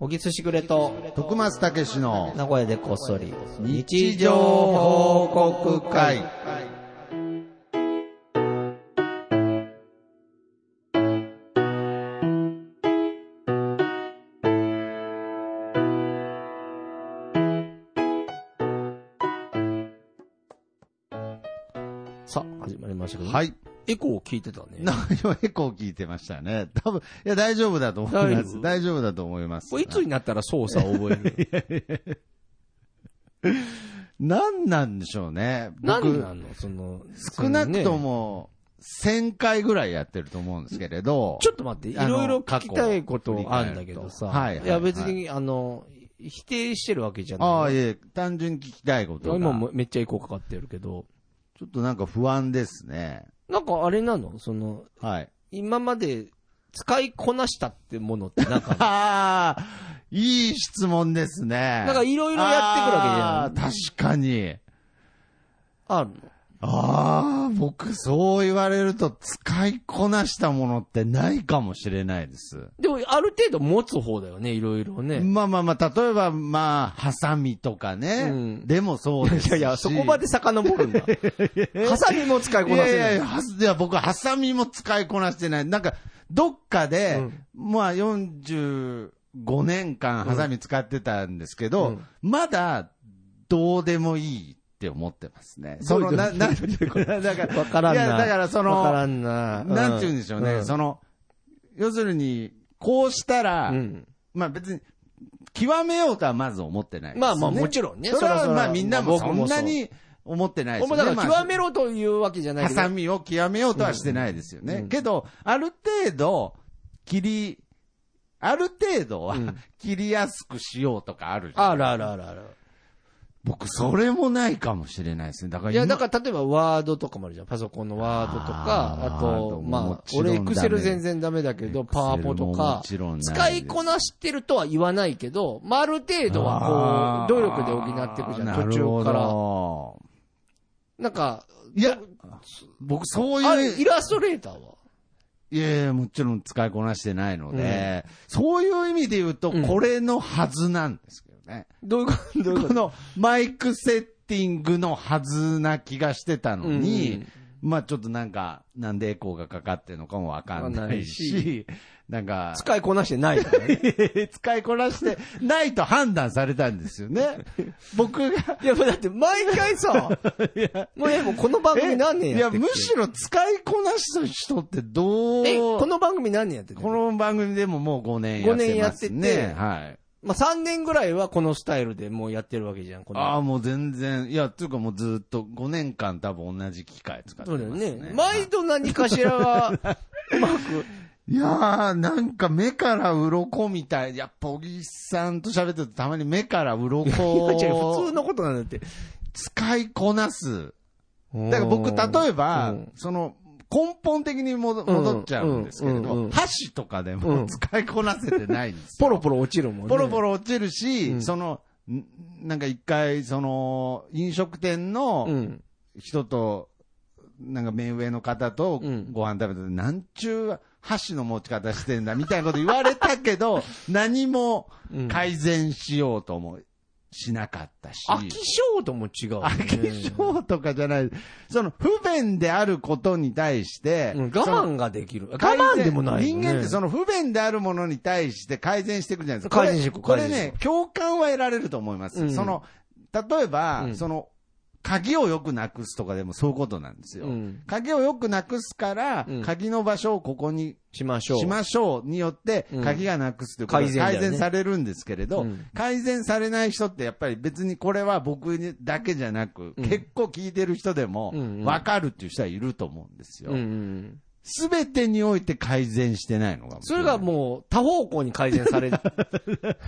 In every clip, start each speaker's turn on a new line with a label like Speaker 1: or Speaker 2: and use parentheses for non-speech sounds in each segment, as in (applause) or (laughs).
Speaker 1: おぎすしぐれと、
Speaker 2: 徳松たけしの
Speaker 1: 名古屋でこっそり、
Speaker 2: 日常報告会。
Speaker 1: さあ、始まりましたけど、
Speaker 2: はい。
Speaker 1: エコーを聞いてたね。
Speaker 2: 何をエコー聞いてましたね。多分、いや、大丈夫だと思
Speaker 1: 大
Speaker 2: いま
Speaker 1: 丈夫
Speaker 2: す。大丈夫だと思います。
Speaker 1: これいつになったら操作を覚える
Speaker 2: 何なんでしょうね。
Speaker 1: 何
Speaker 2: 僕
Speaker 1: (laughs) な、のその、
Speaker 2: 少なくと
Speaker 1: も
Speaker 2: も、1000回ぐらいやってると思うんですけれど。
Speaker 1: ちょっと待って、い
Speaker 2: あの
Speaker 1: ろいろ聞きたいことあるんだけどさ。
Speaker 2: 過去を振り返るとはいはい
Speaker 1: や、別に、あの、否定してるわけじゃない。
Speaker 2: ああ、いえ、単純に聞きたいことが。
Speaker 1: 今もめっちゃエコーかかってるけど、
Speaker 2: ちょっとなんか不安ですね。
Speaker 1: なんかあれなのその、
Speaker 2: はい。
Speaker 1: 今まで使いこなしたってものって (laughs) なんか、
Speaker 2: ああ、いい質問ですね。
Speaker 1: なんかいろいろやってくるわけじゃん。
Speaker 2: あー確かに。
Speaker 1: あるの
Speaker 2: ああ、僕そう言われると使いこなしたものってないかもしれないです。
Speaker 1: でも、ある程度持つ方だよね、いろいろね。
Speaker 2: まあまあまあ、例えばまあ、ハサミとかね。
Speaker 1: うん
Speaker 2: でもそうですし。
Speaker 1: いやいや、そこまで遡るん (laughs) だ。ハサミも使い
Speaker 2: い
Speaker 1: こな
Speaker 2: や
Speaker 1: せ
Speaker 2: い
Speaker 1: な
Speaker 2: やい
Speaker 1: い
Speaker 2: や。はすいや、僕ハサミも使いこなしてない。なんか、どっか
Speaker 1: う
Speaker 2: で、
Speaker 1: ん
Speaker 2: まあ45年間ハサミ使ってたんですけど、
Speaker 1: うん
Speaker 2: まだどうでもいいって思ってますね。その、 (laughs) な、な、
Speaker 1: どういうこと
Speaker 2: だから、
Speaker 1: わからんな。
Speaker 2: いやだからその
Speaker 1: わからんな。
Speaker 2: なんて言うんでしょうね、その、要するに、こうしたら、
Speaker 1: うん。
Speaker 2: まあ別に、極めようとはまず思ってないです、ね。
Speaker 1: まあまあもちろんね
Speaker 2: それ
Speaker 1: そ
Speaker 2: は
Speaker 1: らそら
Speaker 2: まあみんなも
Speaker 1: 僕
Speaker 2: そ
Speaker 1: もそうん
Speaker 2: なに思ってないです
Speaker 1: も
Speaker 2: よ
Speaker 1: だ
Speaker 2: ね。
Speaker 1: から
Speaker 2: まあ
Speaker 1: 極めろというわけじゃない
Speaker 2: ハ
Speaker 1: けど
Speaker 2: サ、ミを極めようとはしてないですよね。
Speaker 1: うん
Speaker 2: けど、ある程度、切り、ある程度は
Speaker 1: うん、
Speaker 2: 切りやすくしようとかあるじゃん
Speaker 1: あるあるあるある。
Speaker 2: 僕、それもないかもしれないですね。だから
Speaker 1: い
Speaker 2: 今、
Speaker 1: や、だから例えばワードとかもあるじゃん。パソコンのワードとか、あ
Speaker 2: あー
Speaker 1: と、
Speaker 2: も
Speaker 1: まあ、
Speaker 2: ちろん
Speaker 1: 俺
Speaker 2: ダメ
Speaker 1: エクセル全然ダメだけど、
Speaker 2: Excel
Speaker 1: パワポとか
Speaker 2: もちろんダメ、です
Speaker 1: 使いこなしてるとは言わないけど、まあ、ある程度は
Speaker 2: あー
Speaker 1: こう、努力で補っていくじゃん。途中か
Speaker 2: なる
Speaker 1: ら。
Speaker 2: ほど
Speaker 1: なんか、
Speaker 2: いや、僕、そう
Speaker 1: あ
Speaker 2: いう
Speaker 1: れ、イラストレーターはい
Speaker 2: やいや、もちろん使いこなしてないので、そういう意味で言うと、
Speaker 1: うん
Speaker 2: これのはずなんですけどね。
Speaker 1: どういうことどういう
Speaker 2: このマイクセッティングのはずな気がしてたのに、まあちょっとなんか、なんでエコーがかかってるのかもわかんない
Speaker 1: わかん
Speaker 2: し、なんか、 (laughs)
Speaker 1: 使いこなしてないからね。
Speaker 2: 使いこなしてないと判断されたんですよね。僕が。
Speaker 1: (laughs) いや、もうだって毎回さ、も (laughs) ういやもうこの番組何年
Speaker 2: い
Speaker 1: や
Speaker 2: や、
Speaker 1: ってっけ
Speaker 2: むしろ使いこなした人ってどう、
Speaker 1: え、この番組何年やってる
Speaker 2: この番組でももう5年やって
Speaker 1: 五
Speaker 2: ます
Speaker 1: 年やってて
Speaker 2: ね。はい。
Speaker 1: まあ、3年ぐらいはこのスタイルでもうやってるわけじゃん、この。
Speaker 2: ああ、もう全然。いや、というかもうずっと5年間多分同じ機械使って
Speaker 1: そう
Speaker 2: ま
Speaker 1: だ
Speaker 2: す
Speaker 1: よ
Speaker 2: ね。
Speaker 1: ね。毎度何かしら (laughs) は、うまく。
Speaker 2: いやー、なんか目から鱗みたい。やっぱ、小木さんと喋ってるとたまに目から鱗
Speaker 1: 違う普
Speaker 2: を
Speaker 1: 通のことなんだって。
Speaker 2: 使いこなす。だから僕、例えば、
Speaker 1: うん
Speaker 2: その、根本的に戻戻っちゃうんですけれ
Speaker 1: うんうんうんう
Speaker 2: ど
Speaker 1: ん、
Speaker 2: 箸とかで
Speaker 1: うん
Speaker 2: も使いこなせてないんですよ
Speaker 1: ポロポロ落ちるもんね。
Speaker 2: ポロポ
Speaker 1: ロ。
Speaker 2: ロ落ちるし、
Speaker 1: うん
Speaker 2: その、んなんか一回、その、飲食店
Speaker 1: う
Speaker 2: の
Speaker 1: ん。
Speaker 2: 人と、なんか目上の方と
Speaker 1: うん
Speaker 2: ご飯食べて、なんちゅう箸の持ち方してんだみたいなこと言われたけ
Speaker 1: (laughs)
Speaker 2: ど、何も
Speaker 1: うん
Speaker 2: 改善しようともしなかったし。
Speaker 1: 飽き性とも違う、ね。
Speaker 2: 飽き性とかじゃない。その、不便であることに対して、
Speaker 1: うん。我
Speaker 2: その
Speaker 1: 慢ができる。我慢でもない、ね。
Speaker 2: 人間ってそ
Speaker 1: の、
Speaker 2: の不便であるものに対して改善していくじゃないですか。
Speaker 1: 改善していく
Speaker 2: これ
Speaker 1: 改
Speaker 2: これ
Speaker 1: 善してい
Speaker 2: ね、共感は得られると思います。
Speaker 1: うん
Speaker 2: その、例えば、
Speaker 1: うん
Speaker 2: その、鍵をよくなくすとかでもそういうことなんですよ。
Speaker 1: うん。
Speaker 2: 鍵をよくなくすから、
Speaker 1: うん
Speaker 2: 鍵の場所をここに
Speaker 1: しましょう。
Speaker 2: しましょうによって
Speaker 1: うん、
Speaker 2: 鍵がなくすということが
Speaker 1: 改善だよね
Speaker 2: 改善されるんですけれど、
Speaker 1: うん
Speaker 2: 改善されない人ってやっぱり別にこれは僕にだけじゃなく、
Speaker 1: うん
Speaker 2: 結構聞いてる人でも
Speaker 1: うんうん
Speaker 2: 分かるっていう人はいると思うんですよ
Speaker 1: うんう。ん。
Speaker 2: すべてにおいて改善してないのが。
Speaker 1: それが
Speaker 2: う。
Speaker 1: もう多方向に改善される。
Speaker 2: (laughs)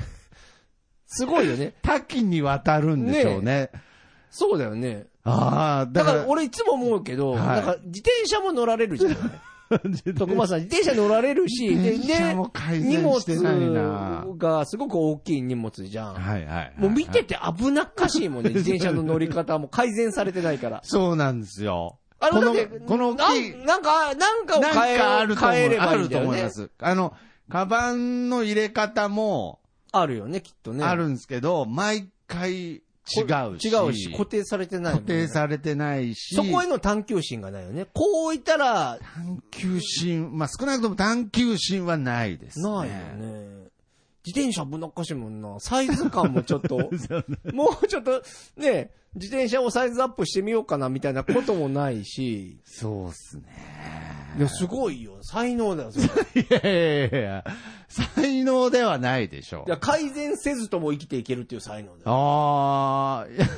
Speaker 1: すごいよね。
Speaker 2: 多岐にわたるんでしょうね。
Speaker 1: そうだよね。
Speaker 2: ああ、
Speaker 1: だ
Speaker 2: だか。
Speaker 1: からら俺いつも思うけど、
Speaker 2: はい
Speaker 1: なんか自転車も乗られるじゃない。徳間さん、自転車乗られるし、で、
Speaker 2: 自転車も改善してないな
Speaker 1: 荷物がすごく大きい荷物じゃん。
Speaker 2: はいはいはい。
Speaker 1: もう見てて危なっかしいもんね、自転車の乗り方も改善されてないから。
Speaker 2: そうなんですよ。
Speaker 1: あれ
Speaker 2: こ
Speaker 1: だ
Speaker 2: の
Speaker 1: って、、
Speaker 2: この大きい、
Speaker 1: なんか、なんかを
Speaker 2: なん
Speaker 1: 変え、
Speaker 2: かあると思
Speaker 1: 変え
Speaker 2: う
Speaker 1: れば
Speaker 2: あ
Speaker 1: いいん
Speaker 2: る
Speaker 1: だ
Speaker 2: と
Speaker 1: よ
Speaker 2: 思い
Speaker 1: ね
Speaker 2: ま。す。あの、カバンの入れ方も、
Speaker 1: あるよね、きっとね。
Speaker 2: あるんですけど、毎回違うし。
Speaker 1: 違うし、固定されてないも
Speaker 2: 固
Speaker 1: んね、
Speaker 2: 定されてないし。
Speaker 1: そこへの探求心がないよね。こういたら、
Speaker 2: 探求心、まあ少なくとも探求心はないです、ね。
Speaker 1: ないよね。自転車ぶなっかしいもんな。サイズ感もちょっ
Speaker 2: (laughs)
Speaker 1: と、もうちょっと、ね、自転車をサイズアップしてみようかなみたいなこともないし、
Speaker 2: そうっすね。
Speaker 1: いや、すごいよ。才能だよ、そ
Speaker 2: (laughs)
Speaker 1: れ。い
Speaker 2: いやいやいや、才能ではないでしょう。
Speaker 1: や、改善せずとも生きていけるっていう才能だよ。
Speaker 2: ああ、いや
Speaker 1: こ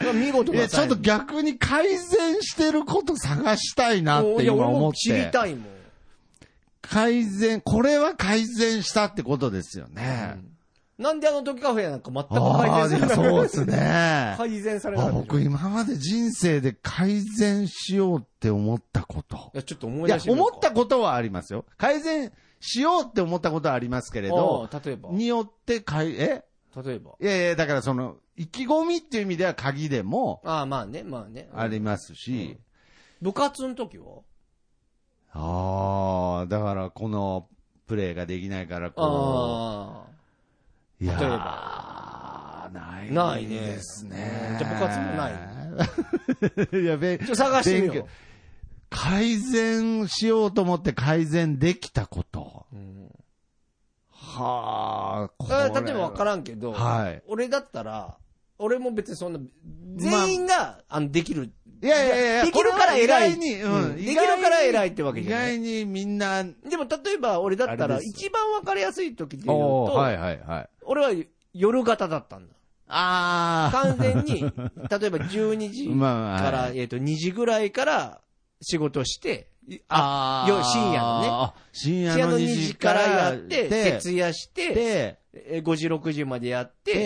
Speaker 1: れは見事
Speaker 2: (laughs) い
Speaker 1: な
Speaker 2: や、ちょ
Speaker 1: 才
Speaker 2: っ
Speaker 1: 能
Speaker 2: と逆に改善してること探したいなって
Speaker 1: いや
Speaker 2: 今
Speaker 1: 俺
Speaker 2: 思
Speaker 1: も
Speaker 2: っ
Speaker 1: 知り
Speaker 2: て。
Speaker 1: たいもん。
Speaker 2: 改善、これは改善したってことですよね。
Speaker 1: なんであの時カフェなんか全く
Speaker 2: あ
Speaker 1: 改
Speaker 2: あ、
Speaker 1: 善
Speaker 2: い
Speaker 1: さ
Speaker 2: や
Speaker 1: れ
Speaker 2: そう
Speaker 1: ない
Speaker 2: で。すね。
Speaker 1: 改善されない。
Speaker 2: あ僕
Speaker 1: い
Speaker 2: 今まで人生で改善しようって思ったこと。
Speaker 1: や、ちょっと思
Speaker 2: い
Speaker 1: い
Speaker 2: や
Speaker 1: 出し、てみよ
Speaker 2: 思
Speaker 1: う
Speaker 2: ったことはありますよ。改善しようって思ったことはありますけれど、
Speaker 1: ああ例えば。
Speaker 2: によってかい、え
Speaker 1: 例えば。
Speaker 2: いやいや、だからその、意気込みっていう意味では鍵でも
Speaker 1: ああ、まあね、まあね。
Speaker 2: ありますし、
Speaker 1: 部活の時は
Speaker 2: ああ、だからこのプレーができないからこ
Speaker 1: ああ。
Speaker 2: う、いやー
Speaker 1: 例え
Speaker 2: ない
Speaker 1: ないね
Speaker 2: ですね。
Speaker 1: じゃあ部活も
Speaker 2: (laughs) ない。いや、べ
Speaker 1: ちょ、探してみよ
Speaker 2: 勉
Speaker 1: う
Speaker 2: 強。改善しようと思って改善できたこと。
Speaker 1: うん
Speaker 2: はあ、こ
Speaker 1: あ例えば分かららんけど、
Speaker 2: はい
Speaker 1: 俺だったら、俺も別にそんな、全員が、あ、の、できる。
Speaker 2: いやいやいや、
Speaker 1: できるから偉い。
Speaker 2: これは意外に、
Speaker 1: う
Speaker 2: うんん。
Speaker 1: できるから偉いってわけ
Speaker 2: 意
Speaker 1: じゃない。
Speaker 2: 外にみんな、
Speaker 1: でも例えば俺だった
Speaker 2: あ
Speaker 1: ら、
Speaker 2: れです
Speaker 1: 一番分かりやすい時で言う
Speaker 2: お
Speaker 1: と、
Speaker 2: ーはいはいはい。
Speaker 1: 俺は夜型だったんだ。
Speaker 2: あ
Speaker 1: 完全
Speaker 2: (laughs)
Speaker 1: に、例えば12時
Speaker 2: あ、まあ、
Speaker 1: から、えっと、2時ぐらいから仕事して、いあ
Speaker 2: あ
Speaker 1: よ深夜のね
Speaker 2: ね。深
Speaker 1: 深
Speaker 2: 夜
Speaker 1: 夜の
Speaker 2: の
Speaker 1: 2
Speaker 2: 2
Speaker 1: 時
Speaker 2: 時
Speaker 1: か
Speaker 2: からら
Speaker 1: やって、
Speaker 2: で、
Speaker 1: 徹夜して、
Speaker 2: で、
Speaker 1: えー5時、6時までやって、
Speaker 2: で、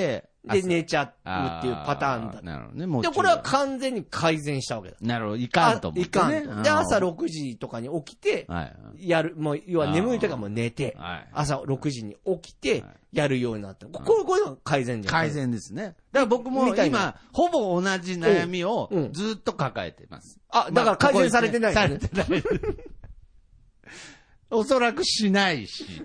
Speaker 1: で、
Speaker 2: 朝
Speaker 1: 寝ちゃうっていうパターンだ
Speaker 2: あなるほどね、もう。
Speaker 1: で、これは、完全に改善したわけだ。
Speaker 2: なるほど、いかんと思って、ね。
Speaker 1: いかんと。で、朝
Speaker 2: 6
Speaker 1: 6時とかに起きて、
Speaker 2: はい。
Speaker 1: やる、もう、要は眠いとかもう寝て、
Speaker 2: はい。
Speaker 1: 朝6時に起きて
Speaker 2: はい、
Speaker 1: やるようになった。こ
Speaker 2: うん
Speaker 1: ここういうのが改善じゃん。
Speaker 2: 改。善ですね。だから僕も
Speaker 1: みたいな
Speaker 2: 今、ほぼ同じ悩みを
Speaker 1: うんうん
Speaker 2: ずっと抱えてます。
Speaker 1: あ、だから改善されてない
Speaker 2: ま
Speaker 1: よ
Speaker 2: あ
Speaker 1: ね。
Speaker 2: ここですねされてない。おそらくしないし。 (laughs)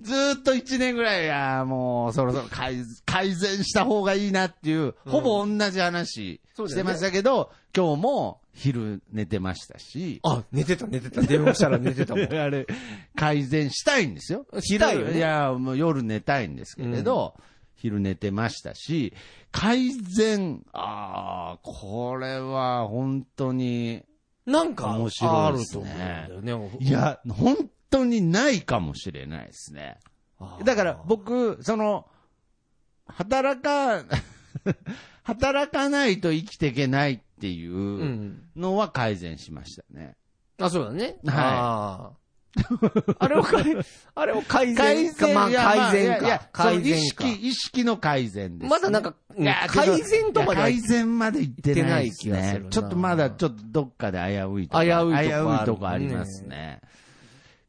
Speaker 2: ずーっと1年ぐらい、いやーもうそろそろ改改善した方がいいなっていう、
Speaker 1: うん
Speaker 2: ほぼ同じ話
Speaker 1: そうだ
Speaker 2: し
Speaker 1: よね
Speaker 2: てましたけど、今日も昼寝てまし
Speaker 1: (laughs)
Speaker 2: たし、
Speaker 1: (laughs) あ、寝てた、寝てた。電話したら寝てた
Speaker 2: あ
Speaker 1: もん。
Speaker 2: (laughs)
Speaker 1: し
Speaker 2: れ、改善したいんですよ。
Speaker 1: たいよ
Speaker 2: い
Speaker 1: ね。
Speaker 2: や、もう夜寝たいんですけれど、昼寝てましたし、改善、ああ、これは本当に、
Speaker 1: なんか、
Speaker 2: 面白
Speaker 1: あ
Speaker 2: い
Speaker 1: る
Speaker 2: です
Speaker 1: と思
Speaker 2: ね
Speaker 1: うんだよね。
Speaker 2: いや、本当にないかもしれないですね。
Speaker 1: あー、。
Speaker 2: だから僕、その、働か、 (laughs) 働かないと生きていけないっていううんのは改善しましたね。
Speaker 1: あ、そうだね。
Speaker 2: はい
Speaker 1: あーあれを (laughs) 改、あれを改
Speaker 2: 改
Speaker 1: 善か。
Speaker 2: 善
Speaker 1: まあ、
Speaker 2: いやまあ
Speaker 1: 改
Speaker 2: いや
Speaker 1: 善
Speaker 2: いや
Speaker 1: か。改
Speaker 2: その意
Speaker 1: 善か。
Speaker 2: 識、意識の改善です、ね。
Speaker 1: まだなんか、うん
Speaker 2: いやけど
Speaker 1: 改善とまで
Speaker 2: いや
Speaker 1: は
Speaker 2: 改善まで行ってないです
Speaker 1: 行ってない気がす
Speaker 2: ね
Speaker 1: るな。
Speaker 2: ちょっとまだちょっとどっかで危ういとこ
Speaker 1: 危ういとこある
Speaker 2: 危ういとこありますね。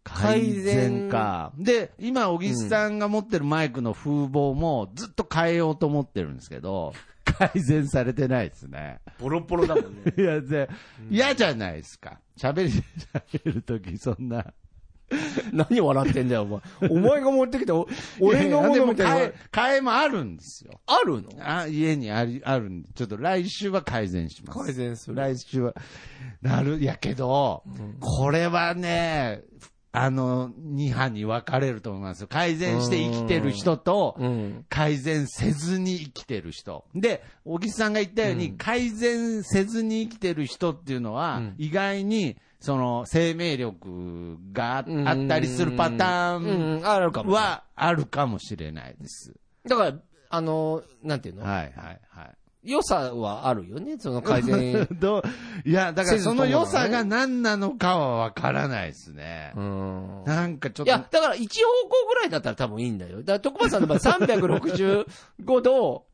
Speaker 1: 改
Speaker 2: 改
Speaker 1: 善
Speaker 2: 善か。で、今、小木さんが持ってるマイクの風貌もずっと変えようと思ってるんですけど、改善されてないですね。
Speaker 1: ボロボロだもんね。
Speaker 2: (laughs) いや、で嫌じゃないですか。喋り、喋るときそんな。
Speaker 1: (laughs) 何笑ってんだよ、お前。お前が持ってきた、お俺のも
Speaker 2: いや
Speaker 1: の
Speaker 2: (laughs) でも
Speaker 1: み
Speaker 2: 変
Speaker 1: たい
Speaker 2: え
Speaker 1: な。、
Speaker 2: 変えもあるんですよ。
Speaker 1: あるの
Speaker 2: あ家にありあるんで、ちょっと来週は改善します。
Speaker 1: 改善する。
Speaker 2: 来週は。なる、いやけど、これはね、あの、二派に分かれると思いますよ。改善して生きてる人と、
Speaker 1: うん。
Speaker 2: 改善せずに生きてる人。で、小木さんが言ったように、
Speaker 1: うん
Speaker 2: 改善せずに生きてる人っていうのは、
Speaker 1: うん
Speaker 2: 意外に、その、生命力があ
Speaker 1: うん
Speaker 2: あったりするパタ
Speaker 1: う
Speaker 2: ーン
Speaker 1: ん、あるかも。
Speaker 2: はあるかもしれないです。
Speaker 1: だから、あの、なんていうの
Speaker 2: はいはいはい。 (laughs)
Speaker 1: 良さはあるよね、その改善。
Speaker 2: どういや、だ
Speaker 1: せ
Speaker 2: から
Speaker 1: ずと
Speaker 2: そ
Speaker 1: も
Speaker 2: の
Speaker 1: ね
Speaker 2: 良さが何なのかはわからないです
Speaker 1: (laughs)
Speaker 2: ね。
Speaker 1: うん。
Speaker 2: なんかちょ
Speaker 1: い
Speaker 2: っと。
Speaker 1: や、だから一方向ぐらいだったら多分いいんだよ。だから、徳間さんの場合365度、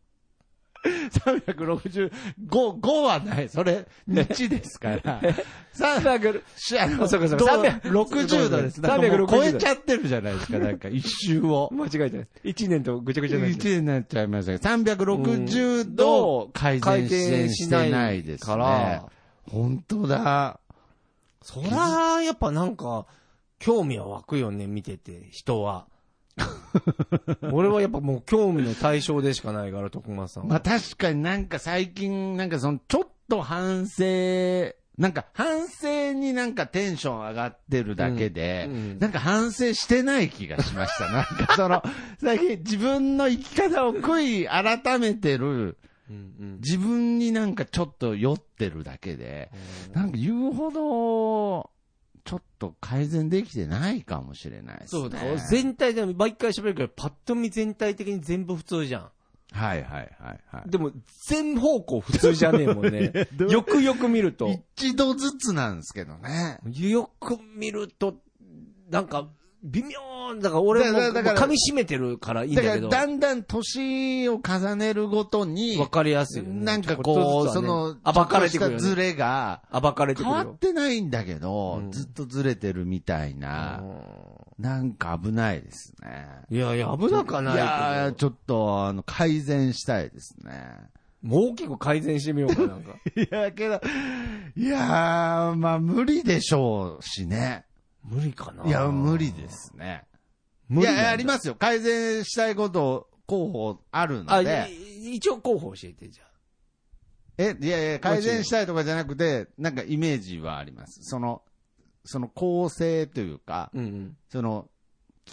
Speaker 2: 365、5はない。それ、日です (laughs) から。3
Speaker 1: 300
Speaker 2: しあの
Speaker 1: そうかそうか
Speaker 2: どう
Speaker 1: 300
Speaker 2: 60度です。なんかもう
Speaker 1: 360度
Speaker 2: 超えちゃってるじゃないですか、 (laughs) なんか一周を。
Speaker 1: 間違えてない。1年とぐちゃぐちゃになっ
Speaker 2: 1
Speaker 1: てる
Speaker 2: になっちゃいましたけど、360度改善してないです、ね。
Speaker 1: から、
Speaker 2: 本当だ。 (laughs)
Speaker 1: そら、やっぱなんか、興味は湧くよね、見てて、人は。俺はやっぱもう興味の対象でしかないから、徳間さんは。
Speaker 2: まあ確かになんか最近、なんかそのちょっと反省、なんか反省になんかテンション上がってるだけで、
Speaker 1: うんうん
Speaker 2: なんか反省してない気がしました。 (laughs) なんかその、最近自分の生き方を悔い改めてる、
Speaker 1: うんうん
Speaker 2: 自分になんかちょっと酔ってるだけで、なんか言うほど、ちょっと改善できてないかもしれないですね。
Speaker 1: そうだ、全体で、毎回喋るけど、パッと見全体的に全部普通じ
Speaker 2: (laughs)
Speaker 1: ゃん。
Speaker 2: はいはいはいはい。
Speaker 1: でも、全方向普通じゃねえもん
Speaker 2: (laughs)
Speaker 1: ね。よくよく見ると。
Speaker 2: 一度ずつなんですけどね。
Speaker 1: よく見ると、なんか、微妙だから俺も
Speaker 2: だからだから
Speaker 1: 噛み締めてるからいいん
Speaker 2: だ
Speaker 1: だ
Speaker 2: から
Speaker 1: けど、
Speaker 2: だんだん年を重ねるごとに、
Speaker 1: わかりやすいよね。
Speaker 2: なんかこう、
Speaker 1: ちょっとず
Speaker 2: そ
Speaker 1: つは
Speaker 2: の
Speaker 1: ね、暴かれてくる
Speaker 2: ちょっとした
Speaker 1: よね。
Speaker 2: ズレが、
Speaker 1: 暴かれて
Speaker 2: 変
Speaker 1: くる
Speaker 2: わっ
Speaker 1: よ。
Speaker 2: てないんだけど、
Speaker 1: うん
Speaker 2: ずっとずれてるみたいな、なんか危ないですね。
Speaker 1: いやいや、危なかない
Speaker 2: いやー
Speaker 1: けど。
Speaker 2: ちょっと、あの、改善したいです
Speaker 1: (laughs)
Speaker 2: ね。
Speaker 1: もう大きく改善してみようか、なんか。
Speaker 2: いや、けど、いやー、まあ、無理でしょうしね。
Speaker 1: 無理かな。
Speaker 2: いや、 (laughs) 無理で。すね。
Speaker 1: 無
Speaker 2: い
Speaker 1: 理なんだ。
Speaker 2: や、ありますよ。改善したいこと、候補ある
Speaker 1: あ、
Speaker 2: ので。
Speaker 1: い一応候補教えて、じゃあ。
Speaker 2: え、いやいや、改善したいとかじゃなくて、なんかイメージはあります。その、その構成というか、
Speaker 1: うん
Speaker 2: その、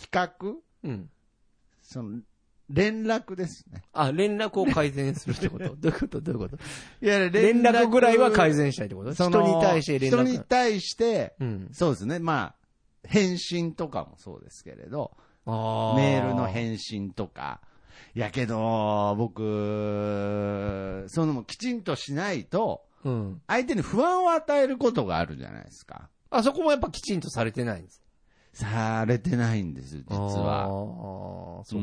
Speaker 2: 企画
Speaker 1: うん。うん。
Speaker 2: その、連絡ですね。
Speaker 1: あ、連絡を改善するってこと
Speaker 2: (laughs)
Speaker 1: どういうことどういうこと
Speaker 2: いや、
Speaker 1: 連絡ぐらいは改善したいってこと人
Speaker 2: そ
Speaker 1: に
Speaker 2: の
Speaker 1: 対して連
Speaker 2: 人に
Speaker 1: 絡。
Speaker 2: 対して、
Speaker 1: うん。
Speaker 2: そうですね。まあ、返信とかもそうですけれど、
Speaker 1: あ
Speaker 2: メールの返信とか。いやけど、僕、そのもきちんとしないと、
Speaker 1: うん。
Speaker 2: 相手に不安を与えることがあるじゃないですか。
Speaker 1: あそこもやっぱきちんとされてないんです。
Speaker 2: されてないんです、実
Speaker 1: あー
Speaker 2: は。
Speaker 1: あー
Speaker 2: う
Speaker 1: そ
Speaker 2: ー。
Speaker 1: う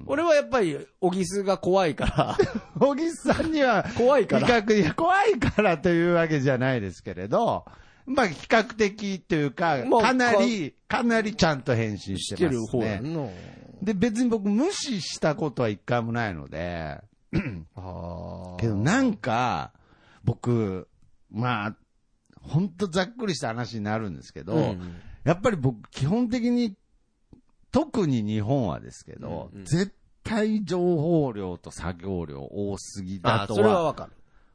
Speaker 1: ん俺はやっぱり、おぎすが怖いから、
Speaker 2: 小木さんには、
Speaker 1: (laughs) 怖い
Speaker 2: 比
Speaker 1: から。
Speaker 2: 較、いや、怖いからというわけじゃないですけれど、まあ、比較的というか、
Speaker 1: もう
Speaker 2: かなり、かなりちゃんと返信してますね。
Speaker 1: の。
Speaker 2: で、別に僕無視したことは一回もないので、
Speaker 1: ああ。
Speaker 2: けどなんか、僕、まあ、ほんとざっくりした話になるんですけど、
Speaker 1: うん
Speaker 2: やっぱり僕、基本的に、特に日本はですけど、
Speaker 1: うんうん
Speaker 2: 絶対情報量と作業量多すぎ
Speaker 1: あ
Speaker 2: だ
Speaker 1: ー
Speaker 2: と
Speaker 1: それは
Speaker 2: は、
Speaker 1: わかる。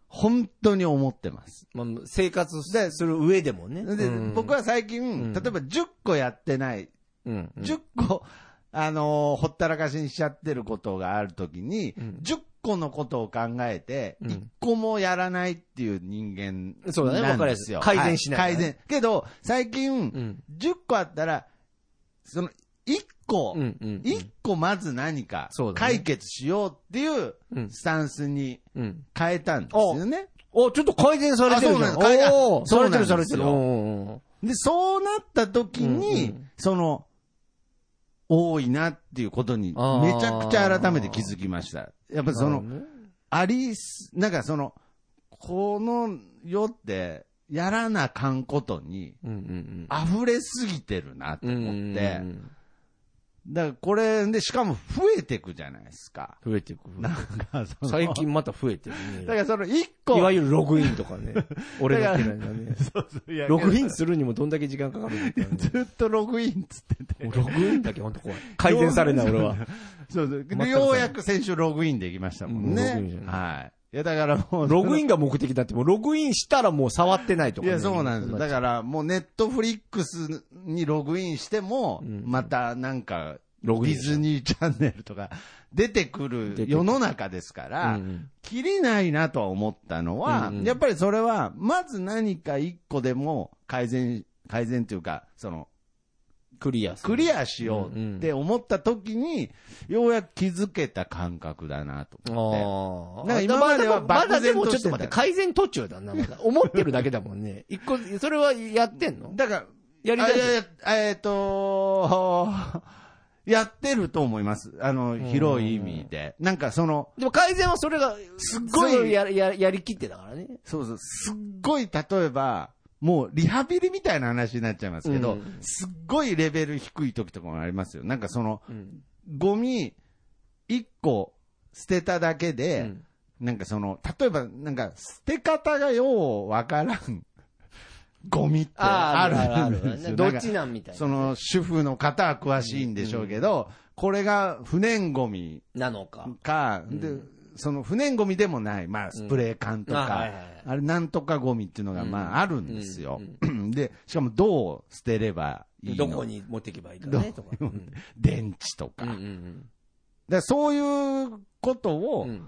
Speaker 2: 本当に思ってます。
Speaker 1: まあ、生活する上でもね。
Speaker 2: で、僕
Speaker 1: は、
Speaker 2: は最近、
Speaker 1: ん
Speaker 2: 例えば10個やってない、
Speaker 1: うん
Speaker 2: 10個、あのーほったらかしにしちゃってることがあるときに、
Speaker 1: うん
Speaker 2: 10個のことを考えて、
Speaker 1: うん
Speaker 2: 1個もやらないっていう人間なんですよ。
Speaker 1: そうだねわかりやすい改善しない
Speaker 2: は改善。けど、最近、
Speaker 1: うん。
Speaker 2: 10個あったら、その、1個
Speaker 1: う、んうん。
Speaker 2: 1個まず何か
Speaker 1: そうだね
Speaker 2: 解決しようっていう
Speaker 1: うん
Speaker 2: スタンスに
Speaker 1: うん。
Speaker 2: 変えたんですよね。
Speaker 1: お、ちょっと改善されてるじゃ
Speaker 2: あ
Speaker 1: ん。
Speaker 2: そうなんです
Speaker 1: おー
Speaker 2: そ
Speaker 1: され
Speaker 2: うなん
Speaker 1: て
Speaker 2: で
Speaker 1: る
Speaker 2: すよ
Speaker 1: されてる。うんうんうん
Speaker 2: で、そうなった時に、
Speaker 1: うんうん
Speaker 2: その、多いなっていうことに、
Speaker 1: あー
Speaker 2: めちゃくちゃ改めて気づきました。やっぱその、
Speaker 1: なるほどね
Speaker 2: ありす、なんかその、この世って、やらなあかんことに、
Speaker 1: うんうん
Speaker 2: 溢れすぎてるなと
Speaker 1: うん。うんう
Speaker 2: 思っ
Speaker 1: んう
Speaker 2: て、
Speaker 1: ん。
Speaker 2: だからこれで、しかも増えてくじゃないですか。
Speaker 1: 増えていく。
Speaker 2: なんかその、
Speaker 1: 最近また増えてるね
Speaker 2: だからその一個、
Speaker 1: いわゆるログインとか
Speaker 2: (laughs)
Speaker 1: ね。俺の世代だね。
Speaker 2: そうそういや
Speaker 1: ログインするにもどんだけ時間かかるんだってね
Speaker 2: ずっとログインっつってて。 (laughs)
Speaker 1: もうログインだけ本当怖い。改善されない俺は。
Speaker 2: そうそう。
Speaker 1: 全くそう
Speaker 2: ようやく先週ログインできましたもん
Speaker 1: うんログインじ
Speaker 2: ね
Speaker 1: ゃ。な
Speaker 2: はい。いや、だからも
Speaker 1: (laughs)
Speaker 2: う、
Speaker 1: ログイ
Speaker 2: ン
Speaker 1: ンが目的だって、もうログインしたらもう触ってないとか
Speaker 2: い
Speaker 1: ね、
Speaker 2: や、そうなんですよ。だから、もうネットフリックスにログインしても、
Speaker 1: うん
Speaker 2: またなんか、
Speaker 1: ログイ
Speaker 2: デ
Speaker 1: ン
Speaker 2: ィズニーチャンネルとか (laughs) 出てく
Speaker 1: 出て
Speaker 2: る
Speaker 1: くる
Speaker 2: 世の中ですから、
Speaker 1: うん
Speaker 2: 切りないなとは思ったのは、
Speaker 1: うんうん
Speaker 2: やっぱりそれは、まず何か一個でも改善、改善というか、その、
Speaker 1: クリアする
Speaker 2: クリアしようって思った時に、ようやく気づけた感覚だなと
Speaker 1: あ
Speaker 2: 思っ
Speaker 1: ー
Speaker 2: なんか今までは
Speaker 1: まだでも、まだでも
Speaker 2: 漠然と
Speaker 1: ちょ
Speaker 2: し
Speaker 1: ってと
Speaker 2: た
Speaker 1: 待って、改善途中だな、まだ。思ってるだけだもんね。一個、それはやってんの
Speaker 2: て。だから、
Speaker 1: やり
Speaker 2: あ
Speaker 1: たい
Speaker 2: いやいや、えっ、と (laughs) やってると思います。あの、広い意味で。なんかその、
Speaker 1: でも改善はそれが、
Speaker 2: すっごい
Speaker 1: やややりきってだからね。
Speaker 2: そうそう、すっごい、例えば、もうリハビリみたいな話になっちゃいますけど、
Speaker 1: うん
Speaker 2: すっごいレベル低い時とかもありますよ。なんかその、ゴミ1個捨てただけで、
Speaker 1: うん
Speaker 2: なんかその、例えば、なんか、捨て方がようわからん。ゴミってある
Speaker 1: ある
Speaker 2: んですよ
Speaker 1: ど
Speaker 2: なん
Speaker 1: っ
Speaker 2: か
Speaker 1: ちなんみたいな。
Speaker 2: その主婦の方は詳しいんでしょうけど、これが不燃ゴミ
Speaker 1: なのか。
Speaker 2: か、で、その不燃ゴミでもない、まあスプレー缶と
Speaker 1: うんあはい
Speaker 2: か
Speaker 1: はいはい、
Speaker 2: あれなんとかゴミっていうのがまああるんですよ。で、しかもどう捨てればいい
Speaker 1: ど
Speaker 2: の
Speaker 1: こに持っていけばいいかね、とか。うん
Speaker 2: 電池とか。
Speaker 1: うんう
Speaker 2: だか
Speaker 1: ん
Speaker 2: らそういうこと
Speaker 1: うんう
Speaker 2: を、
Speaker 1: ん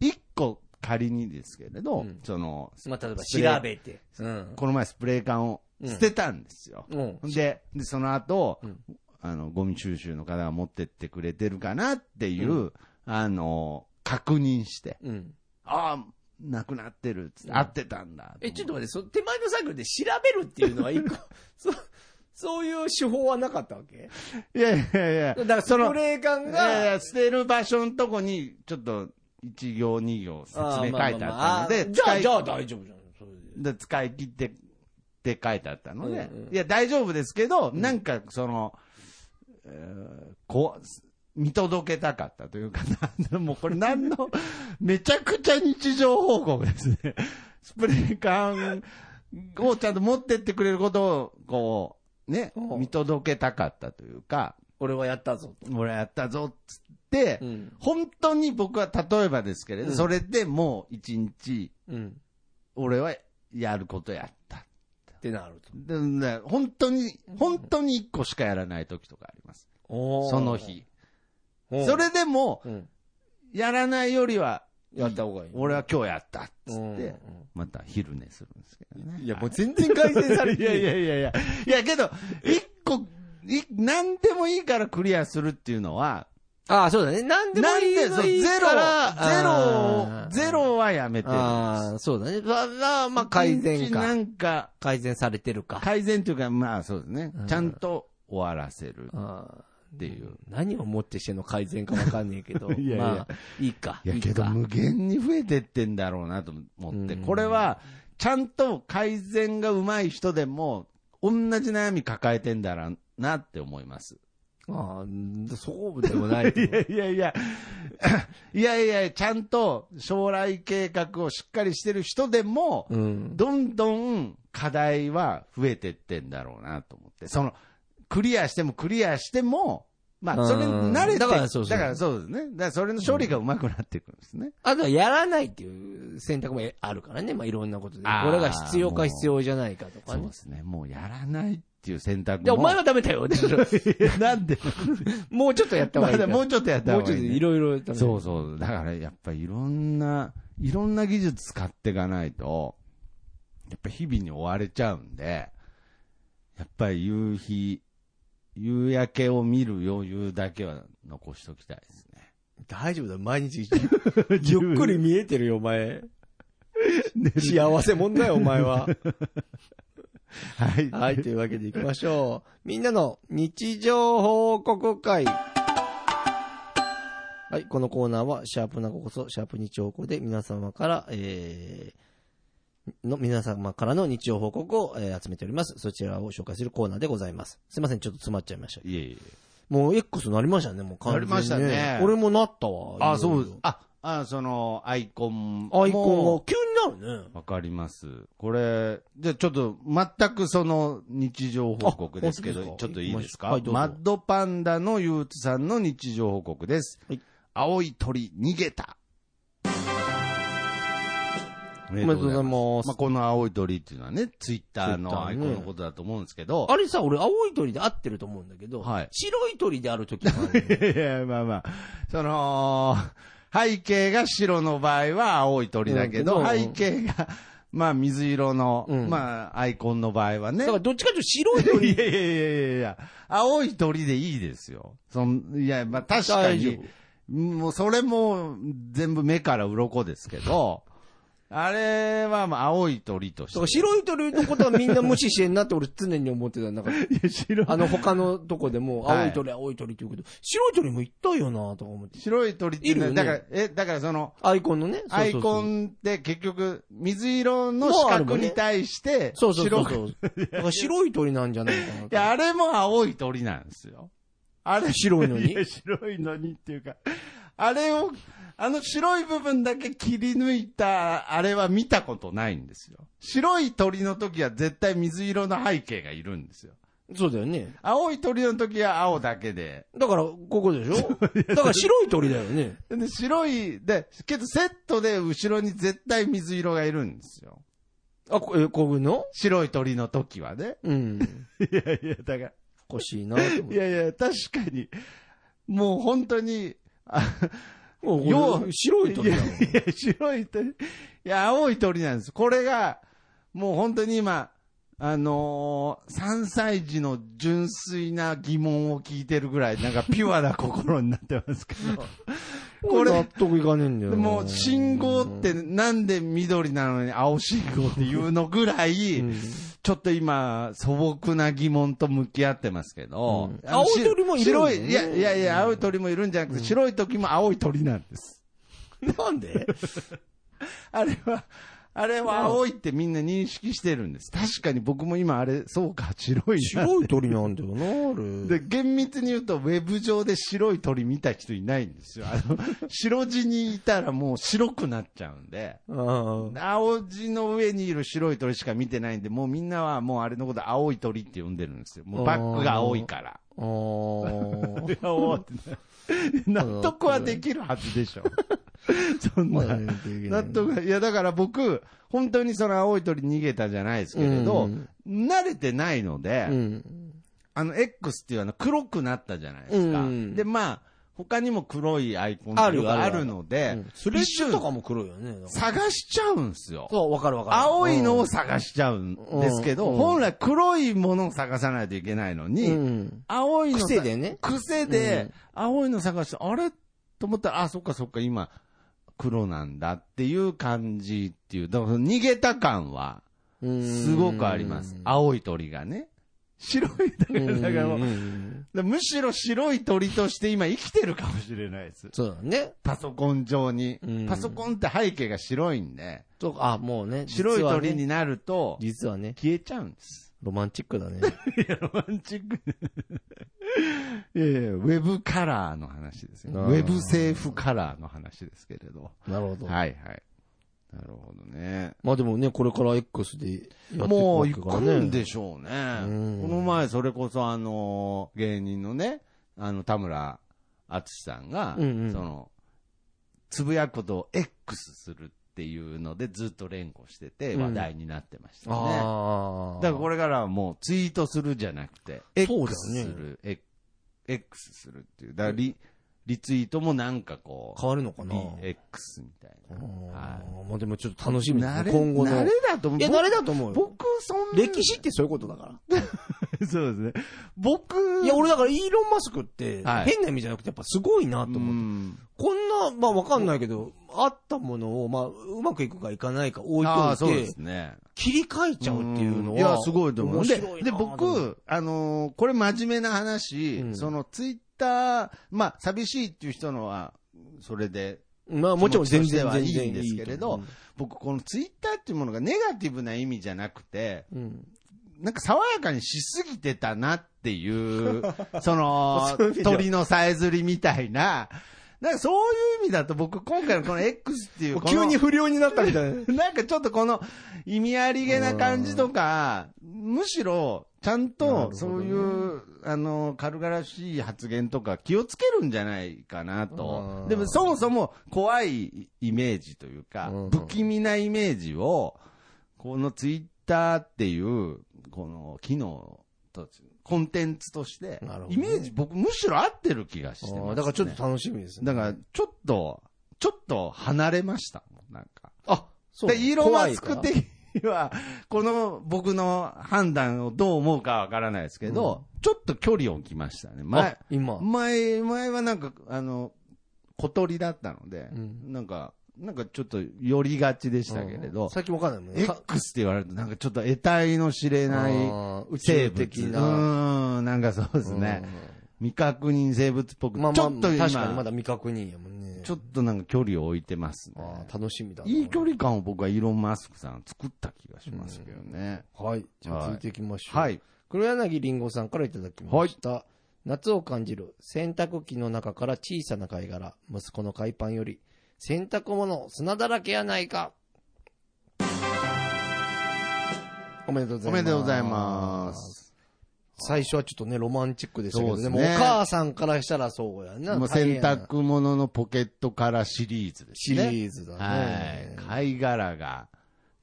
Speaker 2: 一個仮にですけれど、
Speaker 1: うん
Speaker 2: その、
Speaker 1: まあ、例えば
Speaker 2: スプレー
Speaker 1: 調べて。うん。
Speaker 2: この前スプレー缶を
Speaker 1: うん
Speaker 2: 捨てたんですよ。
Speaker 1: うん
Speaker 2: で、でその後、
Speaker 1: うん
Speaker 2: あの、ゴミ収集の方が持ってってくれてるかなっていう、
Speaker 1: う
Speaker 2: あの、確認して、
Speaker 1: うん。
Speaker 2: ああ、なくなってるっつって、
Speaker 1: うん
Speaker 2: 合ってたんだ。
Speaker 1: え、ちょっと待って、そ手前のサイクルで調べるっていうのは一
Speaker 2: (laughs)
Speaker 1: 個、そそういう手法はなかったわけ
Speaker 2: いやいやいや、
Speaker 1: だから、ス
Speaker 2: その
Speaker 1: プレー缶
Speaker 2: いやい
Speaker 1: が、
Speaker 2: や捨てる場所のとこに、ちょっと、一行二行説明書いてあった
Speaker 1: あー
Speaker 2: の
Speaker 1: まあまあまああ
Speaker 2: で、
Speaker 1: ーじゃ
Speaker 2: 使
Speaker 1: あ、
Speaker 2: い
Speaker 1: じゃあ大丈夫じゃん。それで
Speaker 2: で使い切ってって書いてあったので、
Speaker 1: うんうん
Speaker 2: いや、大丈夫ですけど、なんかその、えーこう見届けたかったというか、 (laughs) なんもうこれ、なん
Speaker 1: (laughs)
Speaker 2: の、めちゃくちゃ日常報告ですね。スプレー缶をちゃんと持ってってくれることを、こう、ね、
Speaker 1: うん
Speaker 2: 見届けたかったというか、
Speaker 1: 俺はやったぞと。
Speaker 2: 俺やったぞっつって、
Speaker 1: うん。
Speaker 2: 本当に僕は例えばですけれど、
Speaker 1: うん
Speaker 2: それでもう一日、
Speaker 1: うん。
Speaker 2: 俺はやることやった。
Speaker 1: ってなると。
Speaker 2: でね本当に、本当に一個しかやらない時とかあります。そ
Speaker 1: そ
Speaker 2: の。日。
Speaker 1: うん
Speaker 2: そ、れでも、
Speaker 1: うん。
Speaker 2: やらないよりは、
Speaker 1: やった方がいい。
Speaker 2: 俺は今日やったっつ
Speaker 1: うん、
Speaker 2: って、また昼寝するんですけどね。
Speaker 1: いや、もう全然改善され
Speaker 2: (laughs) い
Speaker 1: て
Speaker 2: や
Speaker 1: ないい。
Speaker 2: やいやいや。いやけど、一個、い何でもいいからクリアするっていうのは、
Speaker 1: ああ、そうだね。なんでも
Speaker 2: なん
Speaker 1: いい
Speaker 2: で、
Speaker 1: の
Speaker 2: そう
Speaker 1: いい
Speaker 2: ゼロ、ゼ
Speaker 1: から
Speaker 2: ロ
Speaker 1: あー
Speaker 2: を、ゼロはやめてる。
Speaker 1: ああ、そうだね。まあまあ、まあ、改善
Speaker 2: 一日な
Speaker 1: か。
Speaker 2: んか、
Speaker 1: 改善されてるか。
Speaker 2: 改善というか、まあそうですね
Speaker 1: うん。
Speaker 2: ちゃんと終わらせる
Speaker 1: ああ
Speaker 2: っていう。
Speaker 1: 何をもってしての改善かわかんねえけど、
Speaker 2: (laughs) いやいや
Speaker 1: まあ、いいか。
Speaker 2: いや
Speaker 1: い
Speaker 2: けど
Speaker 1: か
Speaker 2: 無限に増えてってんだろうなと思って、
Speaker 1: うん
Speaker 2: これはちゃんと改善が上手い人でも、同じ悩み抱えてんだろうなって思います。
Speaker 1: ああ、そうでも (laughs) ないけ
Speaker 2: い
Speaker 1: ど。
Speaker 2: (laughs) やいやいや、いやいや、ちゃんと将来計画をしっかりしてる人でも、
Speaker 1: うん。
Speaker 2: どんどん課題は増えてってんだろうなと思って、そのクリアしてもクリアしても、まあ、それに慣れ
Speaker 1: うん
Speaker 2: て、
Speaker 1: だからそうそう
Speaker 2: だからそうですね。だからそれの処理が上手くなっていくんですね。
Speaker 1: あとはやらないっていう選択もあるからね。まあ、いろんなことで。
Speaker 2: あー
Speaker 1: これが必要か必要じゃないかとか
Speaker 2: そう
Speaker 1: ね
Speaker 2: で。すね。もうやらないっていう選択も。
Speaker 1: で、お前はダメだよ。
Speaker 2: (laughs) なんで
Speaker 1: もうちょっとやった方がいい
Speaker 2: ま
Speaker 1: か
Speaker 2: だ
Speaker 1: ら。
Speaker 2: もうちょっとやった
Speaker 1: もう
Speaker 2: 方
Speaker 1: ち
Speaker 2: が
Speaker 1: ょっと
Speaker 2: いい、
Speaker 1: いろいろダメだよ
Speaker 2: そうそう。だからやっぱいろんな、いろんな技術使っていかないと、やっぱ日々に追われちゃうんで、やっぱり夕日、夕焼けを見る余裕だけは残しときたいですね。
Speaker 1: 大丈夫だよ、毎日。
Speaker 2: (laughs)
Speaker 1: ゆっくり見えてるよ、お前。幸せもんだよ、お前は。
Speaker 2: (laughs) はい。
Speaker 1: はい、というわけで行きましょう。みんなの日常報告会。はい、このコーナーは、シャープなここそ、シャープ日常報告で皆様から、えー、の、皆様からの日常報告を、えー集めております。そちらを紹介するコーナーでございます。すいません、ちょっと詰まっちゃいました。
Speaker 2: いえいえ。
Speaker 1: もう X なりましたね、もう完全に、
Speaker 2: なりましたね
Speaker 1: 俺もなったわ。
Speaker 2: あ、そう
Speaker 1: い
Speaker 2: で
Speaker 1: ろ
Speaker 2: す
Speaker 1: い。
Speaker 2: あ、あ、その、アイコン
Speaker 1: ろ
Speaker 2: も。
Speaker 1: アイコンが急になるね。
Speaker 2: わかります。これ、じゃあちょっと、全くその日常報告ですけ
Speaker 1: あ
Speaker 2: ど、
Speaker 1: 本
Speaker 2: ち
Speaker 1: 当
Speaker 2: ょ
Speaker 1: ですか
Speaker 2: っといいですか、
Speaker 1: はいどうぞ
Speaker 2: マッドパンダのゆうつさんの日常報告です。
Speaker 1: はい
Speaker 2: 青い鳥逃げた。お
Speaker 1: おめでとうございます
Speaker 2: まあ、この青い鳥っていうのはね、ツイッター
Speaker 1: Twitter
Speaker 2: の
Speaker 1: ね
Speaker 2: アイコンのことだと思うんですけど。
Speaker 1: あれさ、俺、青い鳥で合ってると思うんだけど、
Speaker 2: はい
Speaker 1: 白い鳥である時もあ (laughs) るのよ
Speaker 2: いや、まあまあ。その、背景が白の場合は青い鳥だけ
Speaker 1: う
Speaker 2: ど、
Speaker 1: んけ
Speaker 2: 背
Speaker 1: ど
Speaker 2: 景が、まあ水色の、
Speaker 1: うん
Speaker 2: まあアイコンの場合はね
Speaker 1: だか。ら、どっちかというと白い
Speaker 2: い
Speaker 1: 鳥
Speaker 2: やいやいやいやいや、青い鳥でいいですよ。そんいや、まあ確
Speaker 1: (laughs)
Speaker 2: か
Speaker 1: 大丈
Speaker 2: に、もうそれも全部目から鱗ですけど、あれはまあ青い鳥とし
Speaker 1: だから
Speaker 2: て。
Speaker 1: 白い鳥のことはみんな無視してんなって俺常に思ってた。 (laughs) なんか、
Speaker 2: いや白い
Speaker 1: あの他のとこでも、
Speaker 2: はい
Speaker 1: 青い鳥、青い鳥って言うけど、白い鳥もいったよなとか思って。
Speaker 2: 白い鳥っていうのは、
Speaker 1: いるよ
Speaker 2: だ
Speaker 1: ね
Speaker 2: から、え、だからその、
Speaker 1: アイコンのね。
Speaker 2: アイコ
Speaker 1: ン。
Speaker 2: ンって結局、水色の四角に対して、
Speaker 1: そうそうそう
Speaker 2: 白く。
Speaker 1: そう。だから白い鳥なんじゃないかなと
Speaker 2: いや、あれも青い鳥なんですよ。あ
Speaker 1: (laughs)
Speaker 2: れ、
Speaker 1: 白いのに
Speaker 2: や白いのにっていうか、あれを、あの白い部分だけ切り抜いた、あれは見たことないんですよ。白い鳥の時は絶対水色の背景がいるんですよ。
Speaker 1: そうだよね。
Speaker 2: 青い鳥の時は青だけで。
Speaker 1: だから、ここでしょだから白い鳥だよね。
Speaker 2: で、白い、で、けどセットで後ろに絶対水色がいるんですよ。
Speaker 1: あ、こえ、こういうの
Speaker 2: 白い鳥の時はね。
Speaker 1: うん。
Speaker 2: いやいや、だから。
Speaker 1: おかしいなと思っ
Speaker 2: い
Speaker 1: て。
Speaker 2: やいや、確かに。もう本当に、あ
Speaker 1: もう
Speaker 2: よ
Speaker 1: これ白い鳥だもん。
Speaker 2: いや、白い鳥。いや、青い鳥なんです。これが、もう本当に今、あのー、3歳児の純粋な疑問を聞いてるぐらい、なんかピュアな心になってますけ (laughs) ど。こ
Speaker 1: これ納
Speaker 2: れ、
Speaker 1: 得いかねえんだよな。
Speaker 2: もう信号ってなんで緑なのに青信号っていうのぐらい、
Speaker 1: うん、
Speaker 2: ちょっと今、素朴な疑問と向き合ってますけど
Speaker 1: う。ん
Speaker 2: あのし
Speaker 1: 青い鳥もいるもん
Speaker 2: 白
Speaker 1: ね
Speaker 2: い、いやいやいや、青い鳥もいるんじゃなくて、白い時も青い鳥なんです。
Speaker 1: なんで
Speaker 2: あれは、あれは青いってみんな認識してるんです。確かに僕も今あれ、そうか、白いな。
Speaker 1: 白い鳥なんだよな、あれ。
Speaker 2: で、厳密に言うと、ウェブ上で白い鳥見た人いないんですよ。あの、白地にいたらもう白くなっちゃうんで、
Speaker 1: あ
Speaker 2: 青地の上にいる白い鳥しか見てないんで、もうみんなはもうあれのこと青い鳥って呼んでるんですよ。もうバックが青いか
Speaker 1: あ。
Speaker 2: ら。
Speaker 1: ああ。
Speaker 2: いや (laughs) おーってな納得はでき (laughs) るはずでしょ。そん
Speaker 1: まだ
Speaker 2: な。
Speaker 1: ねできない
Speaker 2: 納得がいや、だから僕、本当にその青い鳥逃げたじゃないですけれど、
Speaker 1: うん
Speaker 2: 慣れてないので、
Speaker 1: うん。
Speaker 2: あの、X っていうあの、黒くなったじゃないですか。
Speaker 1: うん
Speaker 2: で、まあ、他にも黒いアイコンが
Speaker 1: あるよある
Speaker 2: あるので、
Speaker 1: うんスレッシュとかも黒いよね。
Speaker 2: 一瞬探しちゃうんですよ。
Speaker 1: そう、わかるわかる。
Speaker 2: 青いのを
Speaker 1: う
Speaker 2: 探しちゃうんですけど、
Speaker 1: うん
Speaker 2: 本来黒いものを探さないといけないのに、
Speaker 1: ん。
Speaker 2: 青いのさ
Speaker 1: 癖でね。
Speaker 2: 癖
Speaker 1: う
Speaker 2: で、青いの探して、あれと思ったら、あ、そっかそっか、今、黒なんだっていう感じっていう、だから逃げた感は、すごくあります。青い鳥がね。白い、だか
Speaker 1: う
Speaker 2: ら、
Speaker 1: ん、
Speaker 2: だからもう
Speaker 1: うん
Speaker 2: だか
Speaker 1: うん
Speaker 2: らむしろ白い鳥として今生きてるかもしれないです。
Speaker 1: そうだね。
Speaker 2: パソコン上に
Speaker 1: うん。
Speaker 2: パソコンって背景が白いんで、
Speaker 1: そうか、あ、もうね。
Speaker 2: 白い鳥に
Speaker 1: ね。
Speaker 2: なると、
Speaker 1: 実はね、
Speaker 2: 消えちゃうんです。
Speaker 1: ロマンチックだね。
Speaker 2: ロマンチック。 (laughs) いやいや、ウェブカラーの話ですよ。
Speaker 1: あー
Speaker 2: ウェブセーフカラーの話ですけれど。
Speaker 1: なるほど。
Speaker 2: はいはい。なるほどね。
Speaker 1: まあでもね、これから X でやっていくわけだからね。
Speaker 2: もう行くんでしょうね。こ
Speaker 1: うん
Speaker 2: の前、それこそあの、芸人のね、あの、田村淳さんが、
Speaker 1: うんうん
Speaker 2: その、つぶやくことを X するっていうので、ずっと連呼してて、
Speaker 1: うん
Speaker 2: 話題になってましたね。
Speaker 1: ああ。
Speaker 2: だからこれからはもうツイートするじゃなくて、
Speaker 1: そう
Speaker 2: X
Speaker 1: だよね
Speaker 2: する、エ X するっていう。だからリリツイートもなんかこう、
Speaker 1: 変わるのかな。
Speaker 2: リ X みたい
Speaker 1: あ
Speaker 2: な。
Speaker 1: ー
Speaker 2: は
Speaker 1: まあでもちょっと楽しみです
Speaker 2: 慣
Speaker 1: ね
Speaker 2: れ、
Speaker 1: 今後の。
Speaker 2: 慣れだと思う。
Speaker 1: いや、慣れだと思うよ。
Speaker 2: 僕、そんな。
Speaker 1: 歴史ってそういうことだか
Speaker 2: (laughs) そうですね。僕、
Speaker 1: ら。いや、俺だからイーロン・マスクって、
Speaker 2: はい
Speaker 1: 変な意味じゃなくてやっぱすごいなと
Speaker 2: う
Speaker 1: 思って。
Speaker 2: ん
Speaker 1: こんな、まあわかんないけど、あったものを、まあ、うまくいくかいかないか置
Speaker 2: ああ、
Speaker 1: い
Speaker 2: そう
Speaker 1: とい
Speaker 2: で
Speaker 1: て、
Speaker 2: すね。
Speaker 1: 切り替えちゃうっていうのは。
Speaker 2: んいや、すごいと思
Speaker 1: 面
Speaker 2: う。で
Speaker 1: 白い、な
Speaker 2: で、
Speaker 1: と思って、
Speaker 2: 僕、あのーこれ真面目な話、
Speaker 1: うん
Speaker 2: そのツイッター、まあ、寂しいっていう人のは、それで
Speaker 1: まあもちろん全然
Speaker 2: 気持ちとして
Speaker 1: 全
Speaker 2: はい
Speaker 1: 然
Speaker 2: いんですけれど、僕、このツイッターっていうものがネガティブな意味じゃなくて、
Speaker 1: うん。
Speaker 2: なんか爽やかにしすぎてたなっ
Speaker 1: (laughs)
Speaker 2: ていう、その
Speaker 1: そういう意味、では
Speaker 2: 鳥のさえずりみたいな、なんかそういう意味だと僕、今回のこの X っていう、この
Speaker 1: 急に不良になったみ
Speaker 2: (laughs)
Speaker 1: たいな。
Speaker 2: なんかちょっとこの意味ありげな感じとか、むしろ、ちゃん
Speaker 1: なるほど
Speaker 2: と
Speaker 1: ね
Speaker 2: そういう、あの、軽々しい発言とか気をつけるんじゃないかな
Speaker 1: う
Speaker 2: と
Speaker 1: ん。
Speaker 2: でもそもそも怖いイメージというか
Speaker 1: うん、
Speaker 2: 不気味なイメージを、このツイッターっていう、この機能と、コンテンツとして
Speaker 1: なるほ、どね
Speaker 2: イメージ僕むしろ合ってる気がしてます、
Speaker 1: あーだからちょっと、楽しみですね。
Speaker 2: だからちょっと、ちょっと離れましたもん、なんか。
Speaker 1: あ、そう。
Speaker 2: で、イーロン・マス
Speaker 1: 怖
Speaker 2: ク
Speaker 1: いから
Speaker 2: 的には、この僕の判断をどう思うかわからないですけど、ちょっと距離を置きましたね。前
Speaker 1: あ、今。
Speaker 2: 前、前はなんか、あの、小鳥だったので、
Speaker 1: うん
Speaker 2: なんか、なんかちょっと寄りがちでしたけれ
Speaker 1: うん
Speaker 2: ど、
Speaker 1: 最近わかんないもんね。
Speaker 2: X って言われるとなんかちょっと得体の知れない
Speaker 1: あー宇宙
Speaker 2: 生物。
Speaker 1: 的
Speaker 2: う
Speaker 1: な。
Speaker 2: ーん、なんかそうですね。未確認生物っぽ
Speaker 1: う
Speaker 2: く、
Speaker 1: ん。まあ
Speaker 2: ち
Speaker 1: まあ、
Speaker 2: ょっと
Speaker 1: 確かにま
Speaker 2: 今、
Speaker 1: だ未確認やもんね。
Speaker 2: ちょっとなんか距離を置いてますね。
Speaker 1: あー楽しみだな。
Speaker 2: いい距離感を僕はイーロン・マスクさん作った気がしますけどね。
Speaker 1: はい。じゃあ続いていきましょう。
Speaker 2: はい。
Speaker 1: 黒柳りんごさんからいただきました。夏を感じる洗濯機の中から小さな貝殻、息子の海パンより、洗濯物、砂だらけやないか。おめでとうございます。
Speaker 2: おめでとうございます。
Speaker 1: 最初はちょっとね、ロマンチックでしたけど、
Speaker 2: そう
Speaker 1: で
Speaker 2: です
Speaker 1: も
Speaker 2: ね
Speaker 1: お母さんからしたらそうやんな。
Speaker 2: もう
Speaker 1: 大変
Speaker 2: 洗
Speaker 1: やな
Speaker 2: 濯物のポケットからシリーズです
Speaker 1: シ
Speaker 2: ね。
Speaker 1: リーズだ
Speaker 2: はい
Speaker 1: ね。。
Speaker 2: 貝殻が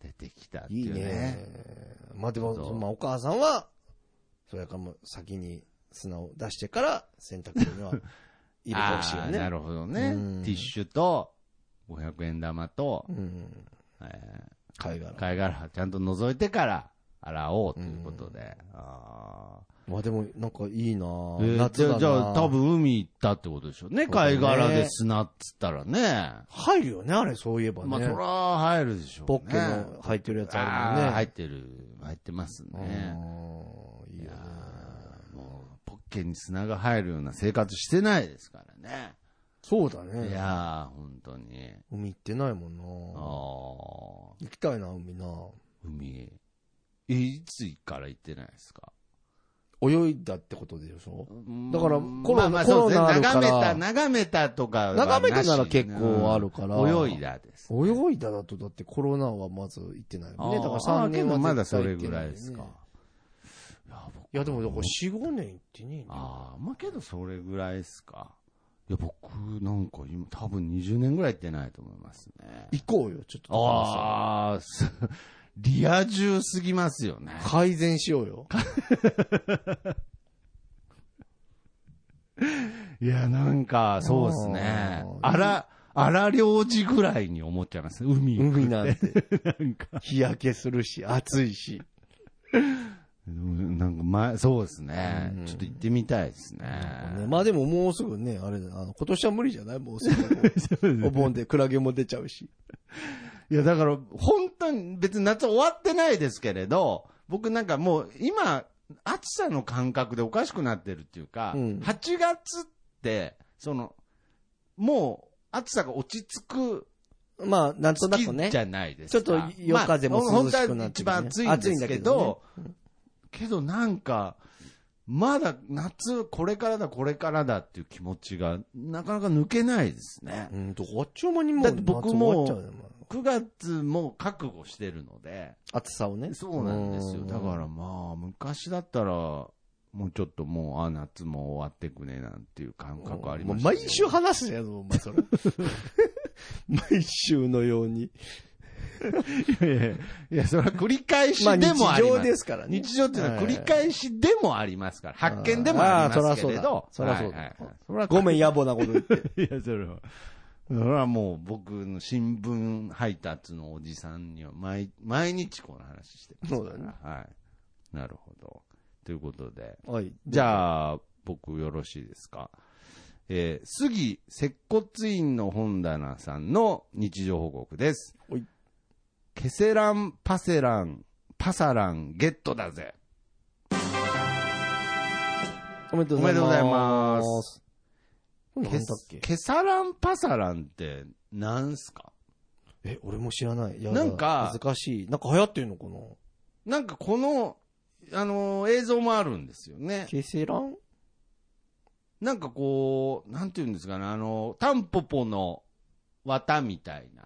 Speaker 2: 出てきたって
Speaker 1: い
Speaker 2: い
Speaker 1: いう
Speaker 2: ね。
Speaker 1: ね。まあでも、
Speaker 2: そう
Speaker 1: まあお母さんは、それからもう先に砂を出してから洗濯機には入れてほし (laughs) いよ
Speaker 2: あーな
Speaker 1: ね。
Speaker 2: るほどね
Speaker 1: うん。
Speaker 2: ティッシュと、500円玉と
Speaker 1: う、ん。
Speaker 2: えー
Speaker 1: 貝殻。
Speaker 2: 貝殻ちゃんと覗いてから洗おうということで。あ
Speaker 1: まあでも、なんかいいな
Speaker 2: ー
Speaker 1: ぁ
Speaker 2: えー
Speaker 1: 夏だ
Speaker 2: じゃ
Speaker 1: な
Speaker 2: あ、じゃあ、多。分海行ったってことでしょうね。
Speaker 1: そうだね
Speaker 2: 貝殻で砂っつったらね。
Speaker 1: 入るよね、あれ、そういえばね。
Speaker 2: まあ、そら入るでしょうね。
Speaker 1: ポッケの入ってるやつあ
Speaker 2: あー入っ
Speaker 1: る
Speaker 2: てる、入ってます
Speaker 1: もんね。
Speaker 2: ね。
Speaker 1: うんいいよね。
Speaker 2: もう、ポッケに砂が入るような生活してないですからね。
Speaker 1: そうだ
Speaker 2: い
Speaker 1: ね。
Speaker 2: やー、本当に。
Speaker 1: 海行ってないもんな
Speaker 2: あ
Speaker 1: ぁ
Speaker 2: あ。
Speaker 1: 行きたいな、海なぁ
Speaker 2: 海え、いつから行ってないですか
Speaker 1: 泳いだってことでしょだから
Speaker 2: うん
Speaker 1: コロナ
Speaker 2: まあまあそうです
Speaker 1: コロナ
Speaker 2: ね
Speaker 1: あるから
Speaker 2: 眺めた、眺めたとかはなし。
Speaker 1: 眺めたなら結構あるから
Speaker 2: うん泳いだです。
Speaker 1: 泳いだだとだってコロナはまず行ってないもんね。だから
Speaker 2: あ
Speaker 1: 3
Speaker 2: ーけ
Speaker 1: 年
Speaker 2: ど
Speaker 1: は
Speaker 2: まだ
Speaker 1: 絶
Speaker 2: そ
Speaker 1: 対
Speaker 2: れ
Speaker 1: 行って
Speaker 2: ぐ
Speaker 1: ない
Speaker 2: らい
Speaker 1: よね
Speaker 2: ですか。いや、僕
Speaker 1: いやでもだから4、5年行ってねえな。
Speaker 2: ああ、まあけどそれぐらいですか。いや、僕なんか今多分20年ぐらい行ってないと思いますね。
Speaker 1: 行こうよ、ちょっと高橋さん。
Speaker 2: ああ、すリア充すぎますよね。
Speaker 1: 改善しよう
Speaker 2: (laughs)
Speaker 1: よ。
Speaker 2: いや、なんか、そうです
Speaker 1: あ
Speaker 2: ね。
Speaker 1: ー
Speaker 2: あら、あら領事ぐらいに思っちゃいます。海。
Speaker 1: 海なんて。
Speaker 2: なんか。
Speaker 1: 日焼けするし、暑いし。
Speaker 2: うんなんか前、そうですね、
Speaker 1: うん
Speaker 2: ちょっと行ってみたいですね。
Speaker 1: ねまあでももうすぐね、あれだあの、今年は無理じゃないもうす
Speaker 2: (laughs)
Speaker 1: ぐ。お盆でクラゲも出ちゃうし。
Speaker 2: いや、だから、本当に別に夏終わってないですけれど、僕なんかもう今、暑さの感覚でおかしくなってるっていうか、
Speaker 1: うん
Speaker 2: 8月って、その、もう暑さが落ち着く
Speaker 1: まあ、なんとな
Speaker 2: 月
Speaker 1: くね
Speaker 2: じ。ゃないですか。
Speaker 1: ちょっと夜風も涼しくなってきてね
Speaker 2: まあ本当は一番暑いんですけど、けどなんか、まだ夏、これからだ、これからだっていう気持ちが、なかなか抜けないですね。
Speaker 1: うん、どこあっちゅう間にもう
Speaker 2: だって僕も
Speaker 1: 夏終わっちゃうよもう
Speaker 2: 9月も覚悟してるので、
Speaker 1: 暑さをね。
Speaker 2: そうなんですよ。
Speaker 1: うん
Speaker 2: だからまあ、昔だったら、もうちょっともう、あ、夏も終わってくねなんていう感覚ありました
Speaker 1: もう
Speaker 2: けど
Speaker 1: 毎週話すやつ、お前それ。毎週のよう (laughs) に。
Speaker 2: (laughs) いやいやいや、それは繰り返し
Speaker 1: まあ、日
Speaker 2: でもあり
Speaker 1: 常
Speaker 2: ます
Speaker 1: ですからね。
Speaker 2: 日常っていうのは繰り返しでもありますから、
Speaker 1: い
Speaker 2: 発見でもありますけれ
Speaker 1: ああ。
Speaker 2: ど
Speaker 1: そらそうだ
Speaker 2: はいはいはい
Speaker 1: そごめん、野暮なこと言って。
Speaker 2: いや、それは。それはもう僕の新聞配達のおじさんには毎毎日この話してますから
Speaker 1: そうだね
Speaker 2: はい。なるほど。ということで。
Speaker 1: はい。
Speaker 2: じ
Speaker 1: あ、
Speaker 2: ゃあ、僕よろしいですか。えー、杉接骨院の本棚さんの日常報告です
Speaker 1: おい。
Speaker 2: ケセラン、パセラン、パサランゲットだぜ。
Speaker 1: おめでとうございます。
Speaker 2: おめでとうございます。
Speaker 1: なんだ
Speaker 2: ケ
Speaker 1: っ
Speaker 2: ス
Speaker 1: け
Speaker 2: ケサラン、パサランってなんすか
Speaker 1: え、俺も知らない。いや
Speaker 2: なんか
Speaker 1: 恥ずかしい。なんか流行ってるのかな
Speaker 2: なんかこの、あのー映像もあるんですよね。
Speaker 1: ケセラン
Speaker 2: なんかこう、なんていうんですかね、あのータンポポの綿みたいな。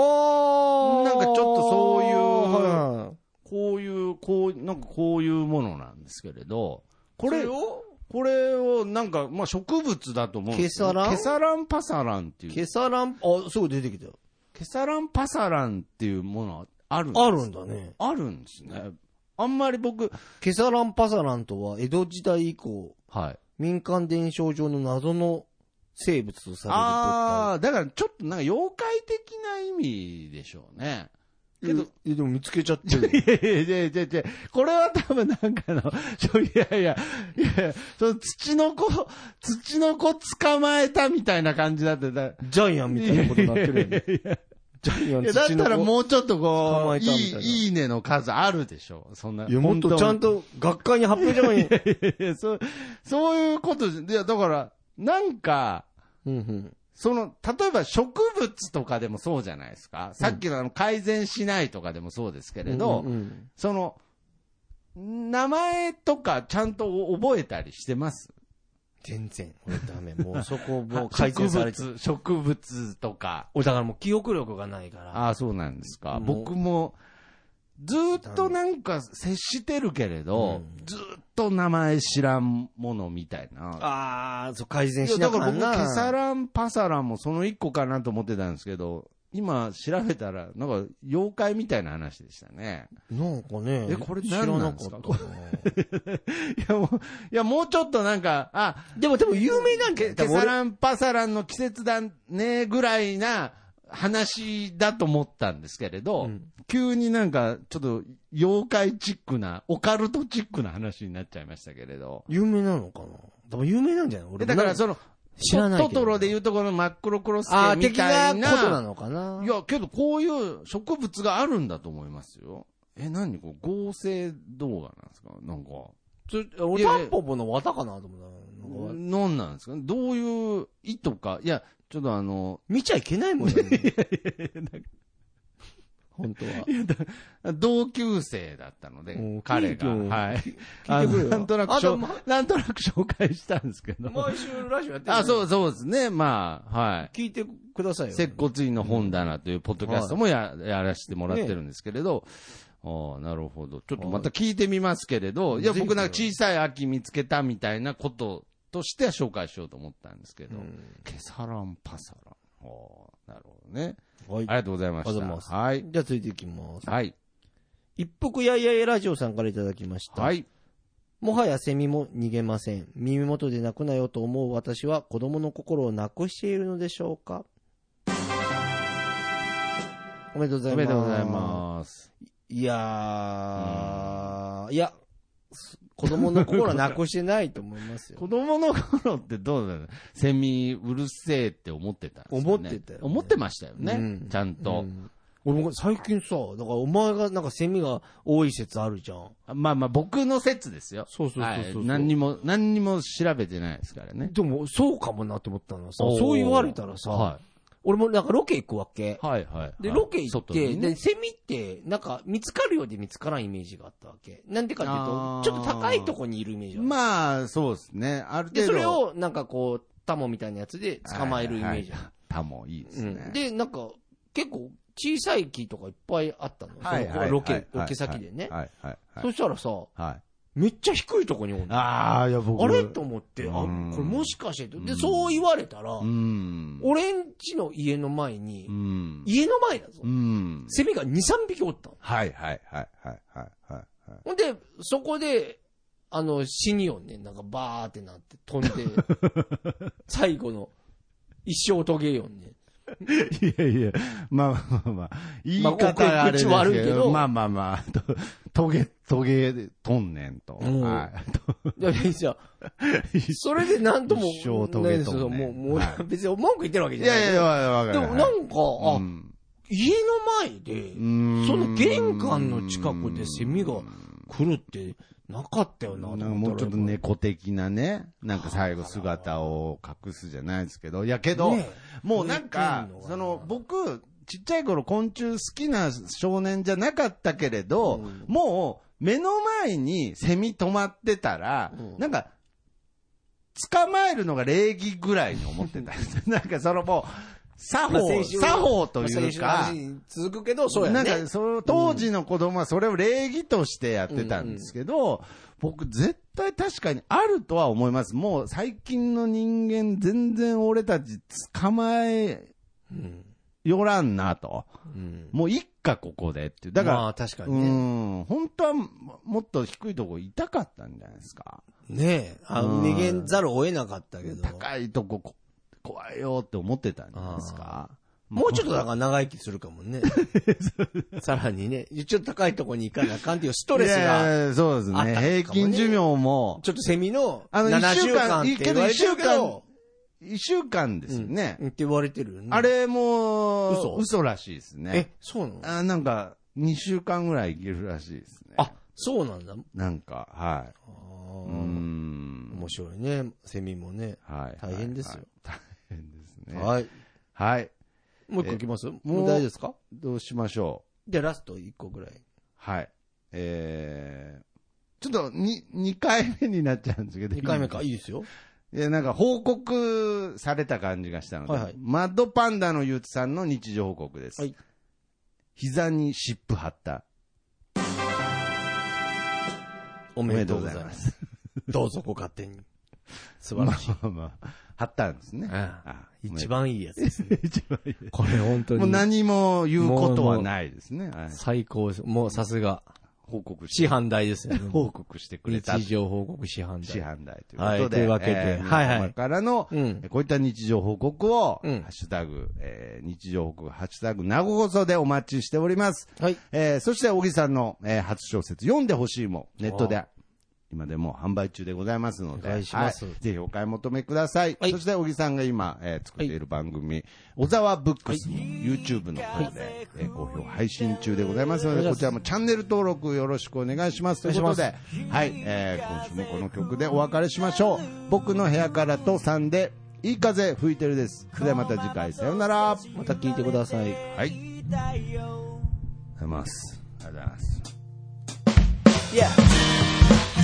Speaker 1: お
Speaker 2: なんかちょっとそういう
Speaker 1: は
Speaker 2: こういう、こう、なんかこういうものなんですけれど、
Speaker 1: い
Speaker 2: これ、
Speaker 1: を
Speaker 2: これをなんか、まあ植物だと思うんですよ
Speaker 1: ケサラン
Speaker 2: ケサランパサランっていう。
Speaker 1: ケサラン、あ、すぐ出てきたよ。
Speaker 2: ケサランパサランっていうものはあるんです
Speaker 1: あるんだね。
Speaker 2: あるんですね。あんまり僕、
Speaker 1: ケサランパサランとは、江戸時代以降、
Speaker 2: はい。
Speaker 1: 民間伝承上の謎の生物とされる
Speaker 2: ああ、だからちょっとなんか妖怪的な意味でしょうね。
Speaker 1: 物体。
Speaker 2: ー
Speaker 1: ええでも見つけちゃってる。
Speaker 2: いやいやいやいやいやこれは多分なんかの、ちょいやいや、いやいやその土の子、土の子捕まえたみたいな感じだって、だ
Speaker 1: ジャイアンみたいなことになってるよね。ジャイアン
Speaker 2: いやだっ
Speaker 1: 土の
Speaker 2: たら
Speaker 1: 子
Speaker 2: もうちょっと
Speaker 1: 捕
Speaker 2: こ
Speaker 1: ま
Speaker 2: う、
Speaker 1: えた
Speaker 2: い、
Speaker 1: みたいない
Speaker 2: いいねの数あるでしょ。そんな。
Speaker 1: いや、もっとちゃんと学会に発表じゃない
Speaker 2: 本当に。いやそう、そういうことじゃ、いや、だから、なんか、
Speaker 1: うんうん。
Speaker 2: その、例えば植物とかでもそうじゃないですか。さっきのあの改善しないとかでもそうですけれど、
Speaker 1: うんうん
Speaker 2: その、名前とかちゃんと覚えたりしてます
Speaker 1: 全然。俺ダメ。もうそこもう改
Speaker 2: 植
Speaker 1: 善されて。
Speaker 2: 物、植物とか。
Speaker 1: 俺だからもう記憶力がないから。
Speaker 2: ああ、そうなんですか。
Speaker 1: もう
Speaker 2: 僕も、ずーっとなんか接してるけれど、
Speaker 1: うん
Speaker 2: ずーっと名前知らんものみたいな。
Speaker 1: ああ、そう、改善
Speaker 2: いや、
Speaker 1: し
Speaker 2: だ
Speaker 1: な
Speaker 2: か
Speaker 1: がら
Speaker 2: ら僕、
Speaker 1: な。
Speaker 2: ケサラン、パサランもその一個かなと思ってたんですけど、今調べたら、なんか妖怪みたいな話でしたね。
Speaker 1: なんかね。
Speaker 2: えこれ
Speaker 1: 知ら
Speaker 2: 何な
Speaker 1: なんか
Speaker 2: です
Speaker 1: っ
Speaker 2: か
Speaker 1: たな。
Speaker 2: いや、もう、いや、もうちょっとなんか、あ、
Speaker 1: でも、でも有名なん
Speaker 2: ケ
Speaker 1: け
Speaker 2: ケサラン、パサランの季節だね、ぐらいな話だと思ったんですけれど、
Speaker 1: うん
Speaker 2: 急になんか、ちょっと、妖怪チックな、オカルトチックな話になっちゃいましたけれど。
Speaker 1: 有名なのかなでも有名なんじゃない俺も
Speaker 2: えだから、その、
Speaker 1: 知らないけ
Speaker 2: ト
Speaker 1: ど
Speaker 2: トトロで言うところの真っ黒クロス
Speaker 1: あ
Speaker 2: ケ
Speaker 1: あ、
Speaker 2: み
Speaker 1: 的
Speaker 2: た
Speaker 1: ないことな
Speaker 2: な。
Speaker 1: のかない
Speaker 2: や、けどこういう植物があるんだと思いますよ。え、何これ合成動画なんですかなんか。
Speaker 1: それ俺
Speaker 2: いやい
Speaker 1: タ
Speaker 2: や
Speaker 1: ンポポの綿かなと思ったなんか。
Speaker 2: 何なんですかどういう意図か。いや、ちょっとあの、
Speaker 1: 見ちゃいけないもんね。本当は。
Speaker 2: 同級生だったの
Speaker 1: お
Speaker 2: で
Speaker 1: ー、
Speaker 2: 彼が。
Speaker 1: 謙虚
Speaker 2: はい。
Speaker 1: (laughs)
Speaker 2: あ
Speaker 1: 聞いてくれ
Speaker 2: の
Speaker 1: よ
Speaker 2: なんとなく
Speaker 1: あ
Speaker 2: しょ
Speaker 1: でも
Speaker 2: なんとなく紹介したんですけど。
Speaker 1: 毎週ラジオやって。
Speaker 2: あ、そうう、そうですね。まあ、は
Speaker 1: 聞いてください
Speaker 2: い。
Speaker 1: よ。
Speaker 2: 接骨院の本棚というポッドキャストもや,、やらせてもらってるんですけれど、ああ、なるほど。ちょっとまた聞いてみますけれど、
Speaker 1: はい
Speaker 2: いや、
Speaker 1: ぜひ
Speaker 2: 僕なんか小さい秋見つけたみたいなこととしては紹介しようと思ったんですけ
Speaker 1: う
Speaker 2: ど、
Speaker 1: ん
Speaker 2: ケサランパサラン。ああ、なるほどね。
Speaker 1: はい
Speaker 2: あ。りがとうございま
Speaker 1: ありが
Speaker 2: し
Speaker 1: とうござい
Speaker 2: た。
Speaker 1: ます
Speaker 2: はい。
Speaker 1: じゃあ続いていきます。
Speaker 2: はい。
Speaker 1: 一服やいやいやラジオさんからいただきました。
Speaker 2: はい。
Speaker 1: もはやセミも逃げません。耳元で泣くなよと思う私は子供の心をなくしているのでしょうかおめでとうございま
Speaker 2: お
Speaker 1: す。
Speaker 2: めでとうございます。
Speaker 1: す。いやー、いや、す子供の心はなくしてないと思います
Speaker 2: (laughs)
Speaker 1: よ
Speaker 2: 子。供の頃ってどうだろうセミうるせえって思ってたんですよね
Speaker 1: 思ってたよね
Speaker 2: 思ってましたよね。
Speaker 1: うん
Speaker 2: ちゃんと、
Speaker 1: うん俺も最近さ、だからお前がなんかセミが多い説あるじゃん。
Speaker 2: まあまあ僕の説ですよ。
Speaker 1: そうそうそうそう
Speaker 2: はい。何にも、何にも調べてないですからね。
Speaker 1: でも、そうかもなと思ったのはさ、
Speaker 2: おー
Speaker 1: そう言われたらさ、
Speaker 2: は
Speaker 1: 俺もなんかロケ行くわけ。
Speaker 2: い。はいはい。
Speaker 1: で、
Speaker 2: はい
Speaker 1: ロケ行っ
Speaker 2: 外に
Speaker 1: て、
Speaker 2: ね
Speaker 1: で、セミって、なんか、見つかるようで見つからんイメージがあったわけ。なんでか
Speaker 2: あー
Speaker 1: っていうと、ちょっと高いとこにいるイメージある。
Speaker 2: まあ、そうですね。ある程
Speaker 1: で、そ
Speaker 2: 度。
Speaker 1: れを、なんかこう、タモみたいなやつで捕まえるイメージある。
Speaker 2: たもいいで
Speaker 1: う
Speaker 2: す
Speaker 1: ん
Speaker 2: ね。
Speaker 1: で、なんか、結構、小さい木とかいっぱいあったの。
Speaker 2: はい
Speaker 1: その
Speaker 2: はい
Speaker 1: ロ
Speaker 2: はい
Speaker 1: ケ、
Speaker 2: はい
Speaker 1: ロケ先でね。
Speaker 2: はいはいはい。
Speaker 1: そしたらさ、
Speaker 2: はい。
Speaker 1: めっちゃ低いとこにおるの
Speaker 2: ああ、いや僕
Speaker 1: あれと思って、あ、こ
Speaker 2: うん
Speaker 1: れもしかしてと。で、
Speaker 2: うん
Speaker 1: そう言われたら
Speaker 2: う、ん。
Speaker 1: 俺ん家の家の前に
Speaker 2: う、ん。
Speaker 1: 家の前だぞ
Speaker 2: う。ん。
Speaker 1: セミが2、3匹おったの。
Speaker 2: はいはいはいはいはいはいはい。
Speaker 1: ほんで、そこで、あの、死によんねん。なんかバーってなって飛ん
Speaker 2: (laughs)
Speaker 1: で、最後の一生遂げよんねん。
Speaker 2: いやいや、まあまあまあ、言い
Speaker 1: まあ
Speaker 2: 方があれです
Speaker 1: 口悪いけ
Speaker 2: け
Speaker 1: ど
Speaker 2: ど、まあまあまあ、とトゲ、トゲ、とんねんと。
Speaker 1: うん
Speaker 2: はい
Speaker 1: いや、い
Speaker 2: (laughs)
Speaker 1: や、それでなんとも、
Speaker 2: 一生遂げとんねん
Speaker 1: ないですよもう、もう、
Speaker 2: は
Speaker 1: 別に文句言ってるわけ
Speaker 2: い
Speaker 1: じゃない。
Speaker 2: やいや、わかる。
Speaker 1: でもなんか、あ、
Speaker 2: うん
Speaker 1: 家の前で、
Speaker 2: うん
Speaker 1: その玄関の近くでセミが来るってなかったよな、
Speaker 2: なんかもうちょっと
Speaker 1: ね。
Speaker 2: 猫的なね、なんか最後姿を隠すじゃないですけど、いやけど、
Speaker 1: ね
Speaker 2: もうなんか
Speaker 1: こういうの、が
Speaker 2: その、僕、ちっちゃい頃昆虫好きな少年じゃなかったけれど、
Speaker 1: うん
Speaker 2: もう、目の前にセミ止まってたら、
Speaker 1: うん
Speaker 2: なんか、捕まえるのが礼儀ぐらいに思ってた。
Speaker 1: (laughs)
Speaker 2: なんかそのもう、作
Speaker 1: まあ
Speaker 2: 法、
Speaker 1: 青春
Speaker 2: 作法という
Speaker 1: まあ青
Speaker 2: か
Speaker 1: 春、の話続くけど、そうや
Speaker 2: な
Speaker 1: ね。
Speaker 2: んかその当時の子供はそれを礼儀としてやってたんですけど、僕絶対確かにあるとは思います。もう最近の人間全然俺たち捕まえ
Speaker 1: うん。
Speaker 2: よらんなと。
Speaker 1: うん。
Speaker 2: もう一家ここでっていう。だから、
Speaker 1: まあ、確か
Speaker 2: う
Speaker 1: にね。
Speaker 2: ん、本当はもっと低いとこいたかったんじゃないですか。
Speaker 1: ねえ、あ
Speaker 2: うん
Speaker 1: 逃げざるを得なかったけど。
Speaker 2: 高いとここ怖いよって思ってたんじゃないですか。
Speaker 1: もうちょっとだから長生きするかも
Speaker 2: (laughs)
Speaker 1: ね。さらにね、ちょっと高いとこに行かなあかんっていうストレス
Speaker 2: いや
Speaker 1: が、
Speaker 2: いやそうです
Speaker 1: あったの
Speaker 2: ね。
Speaker 1: かもね
Speaker 2: 平均寿命も、
Speaker 1: ちょっとセミの
Speaker 2: あの、一
Speaker 1: 70
Speaker 2: 週間、
Speaker 1: 間って言われてるけど、
Speaker 2: 一週間ですよね。
Speaker 1: うんって言われてるよね。
Speaker 2: あれも、
Speaker 1: 嘘
Speaker 2: 嘘らしいです
Speaker 1: え
Speaker 2: ね。、
Speaker 1: そうなの
Speaker 2: あなんか、2週間ぐらいいけるらしいですね。
Speaker 1: あ、そうなんだ。
Speaker 2: なんか、
Speaker 1: あ
Speaker 2: はい。う
Speaker 1: ー
Speaker 2: ーん。
Speaker 1: 面白いね、セミもね。
Speaker 2: はい。
Speaker 1: 大変ですよ
Speaker 2: はい。大変ですね。はい。
Speaker 1: はい。もう一個いきますもう
Speaker 2: もう
Speaker 1: 大丈夫ですか
Speaker 2: どうしましょう。
Speaker 1: じゃあラスト一個ぐらい。
Speaker 2: はい。えー、ちょっと、に、2回目になっちゃうんですけど。
Speaker 1: 二回目か。いいですよ。
Speaker 2: いや、なんか報告された感じがしたので、
Speaker 1: はいはい
Speaker 2: マッドパンダのゆうつさんの日常報告です。
Speaker 1: はい
Speaker 2: 膝に湿布貼った。
Speaker 1: お
Speaker 2: お
Speaker 1: め
Speaker 2: め
Speaker 1: でと
Speaker 2: でと
Speaker 1: う
Speaker 2: う
Speaker 1: ご
Speaker 2: ご
Speaker 1: ざ
Speaker 2: ざ
Speaker 1: い
Speaker 2: い
Speaker 1: ま。
Speaker 2: ますす。
Speaker 1: どうぞご勝手に。素
Speaker 2: ま
Speaker 1: 晴
Speaker 2: あ
Speaker 1: らしい。
Speaker 2: まあまあ、貼ったんですね。
Speaker 1: ああ
Speaker 2: あ
Speaker 1: 一
Speaker 2: 番。
Speaker 1: 番いいやつですね。
Speaker 2: (laughs) 一番いい
Speaker 1: これ本当
Speaker 2: もう
Speaker 1: に
Speaker 2: 何も言うことはないですね。はい
Speaker 1: 最高です。もうさすが。
Speaker 2: 報告し
Speaker 1: 師
Speaker 2: て、
Speaker 1: 範代ですよね。
Speaker 2: 報告してくれた
Speaker 1: 日。常報告師範
Speaker 2: 市
Speaker 1: 代。
Speaker 2: 販代ということで。
Speaker 1: はいというわけで
Speaker 2: えー皆
Speaker 1: はいはい
Speaker 2: 様からの、
Speaker 1: うん。
Speaker 2: こういった日常報告を、
Speaker 1: うん
Speaker 2: ハッシュタグ、えー日常報告、ハッシュタグ、名古放送でお待ちしております。
Speaker 1: はい。
Speaker 2: えーそして、小木さんの、えー初小説、読んでほしいも、ネットで、今でも販売中でございますので、
Speaker 1: お願いします
Speaker 2: はいぜひお買い求めください。
Speaker 1: はい
Speaker 2: そして、小木さんが今、えー作っている番組、小沢ブックスの YouTube の方で、えー好評配信中でございますので、こちらもチャンネル登録よろしくお願いします。ということで、はい、えー今週もこの曲でお別れしましょう。僕の部屋からとさんで、いい風吹いてるです。それではまた次回、さようなら。
Speaker 1: また聞いてください。
Speaker 2: はい。ありがとうございます。ありがとうございます。
Speaker 3: Yeah.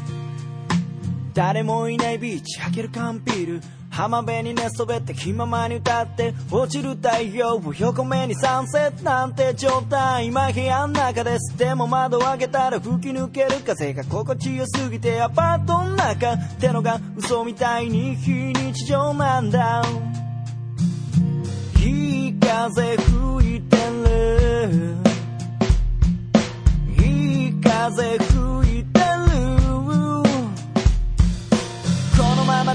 Speaker 3: 「誰もいないビーチ開ける缶ビール」「浜辺に寝そべって気ままに歌って」「落ちる太陽を横目にサンセットなんて状態」「今部屋の中です」「でも窓を開けたら吹き抜ける風が心地よすぎて」「アパートの中ってのが嘘みたいに非日常なんだ」「いい風吹いてる」「いい風吹いてる」このまま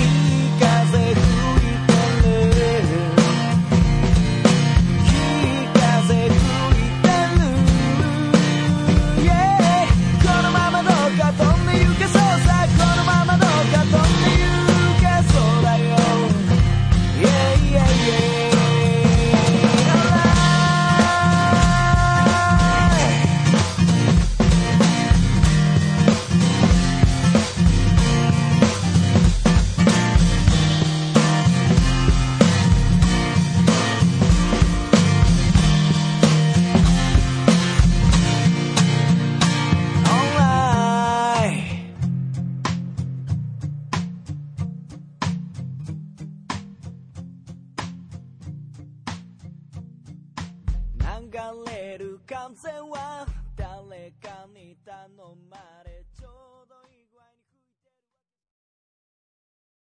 Speaker 3: いい風吹いてるいい風吹いてる Yeah このままどうか飛んで行けそうさこのままどうか飛んで行けそうだよ Yeah, yeah, yeah. Alright. Alright. 流れる風は誰かに頼まれ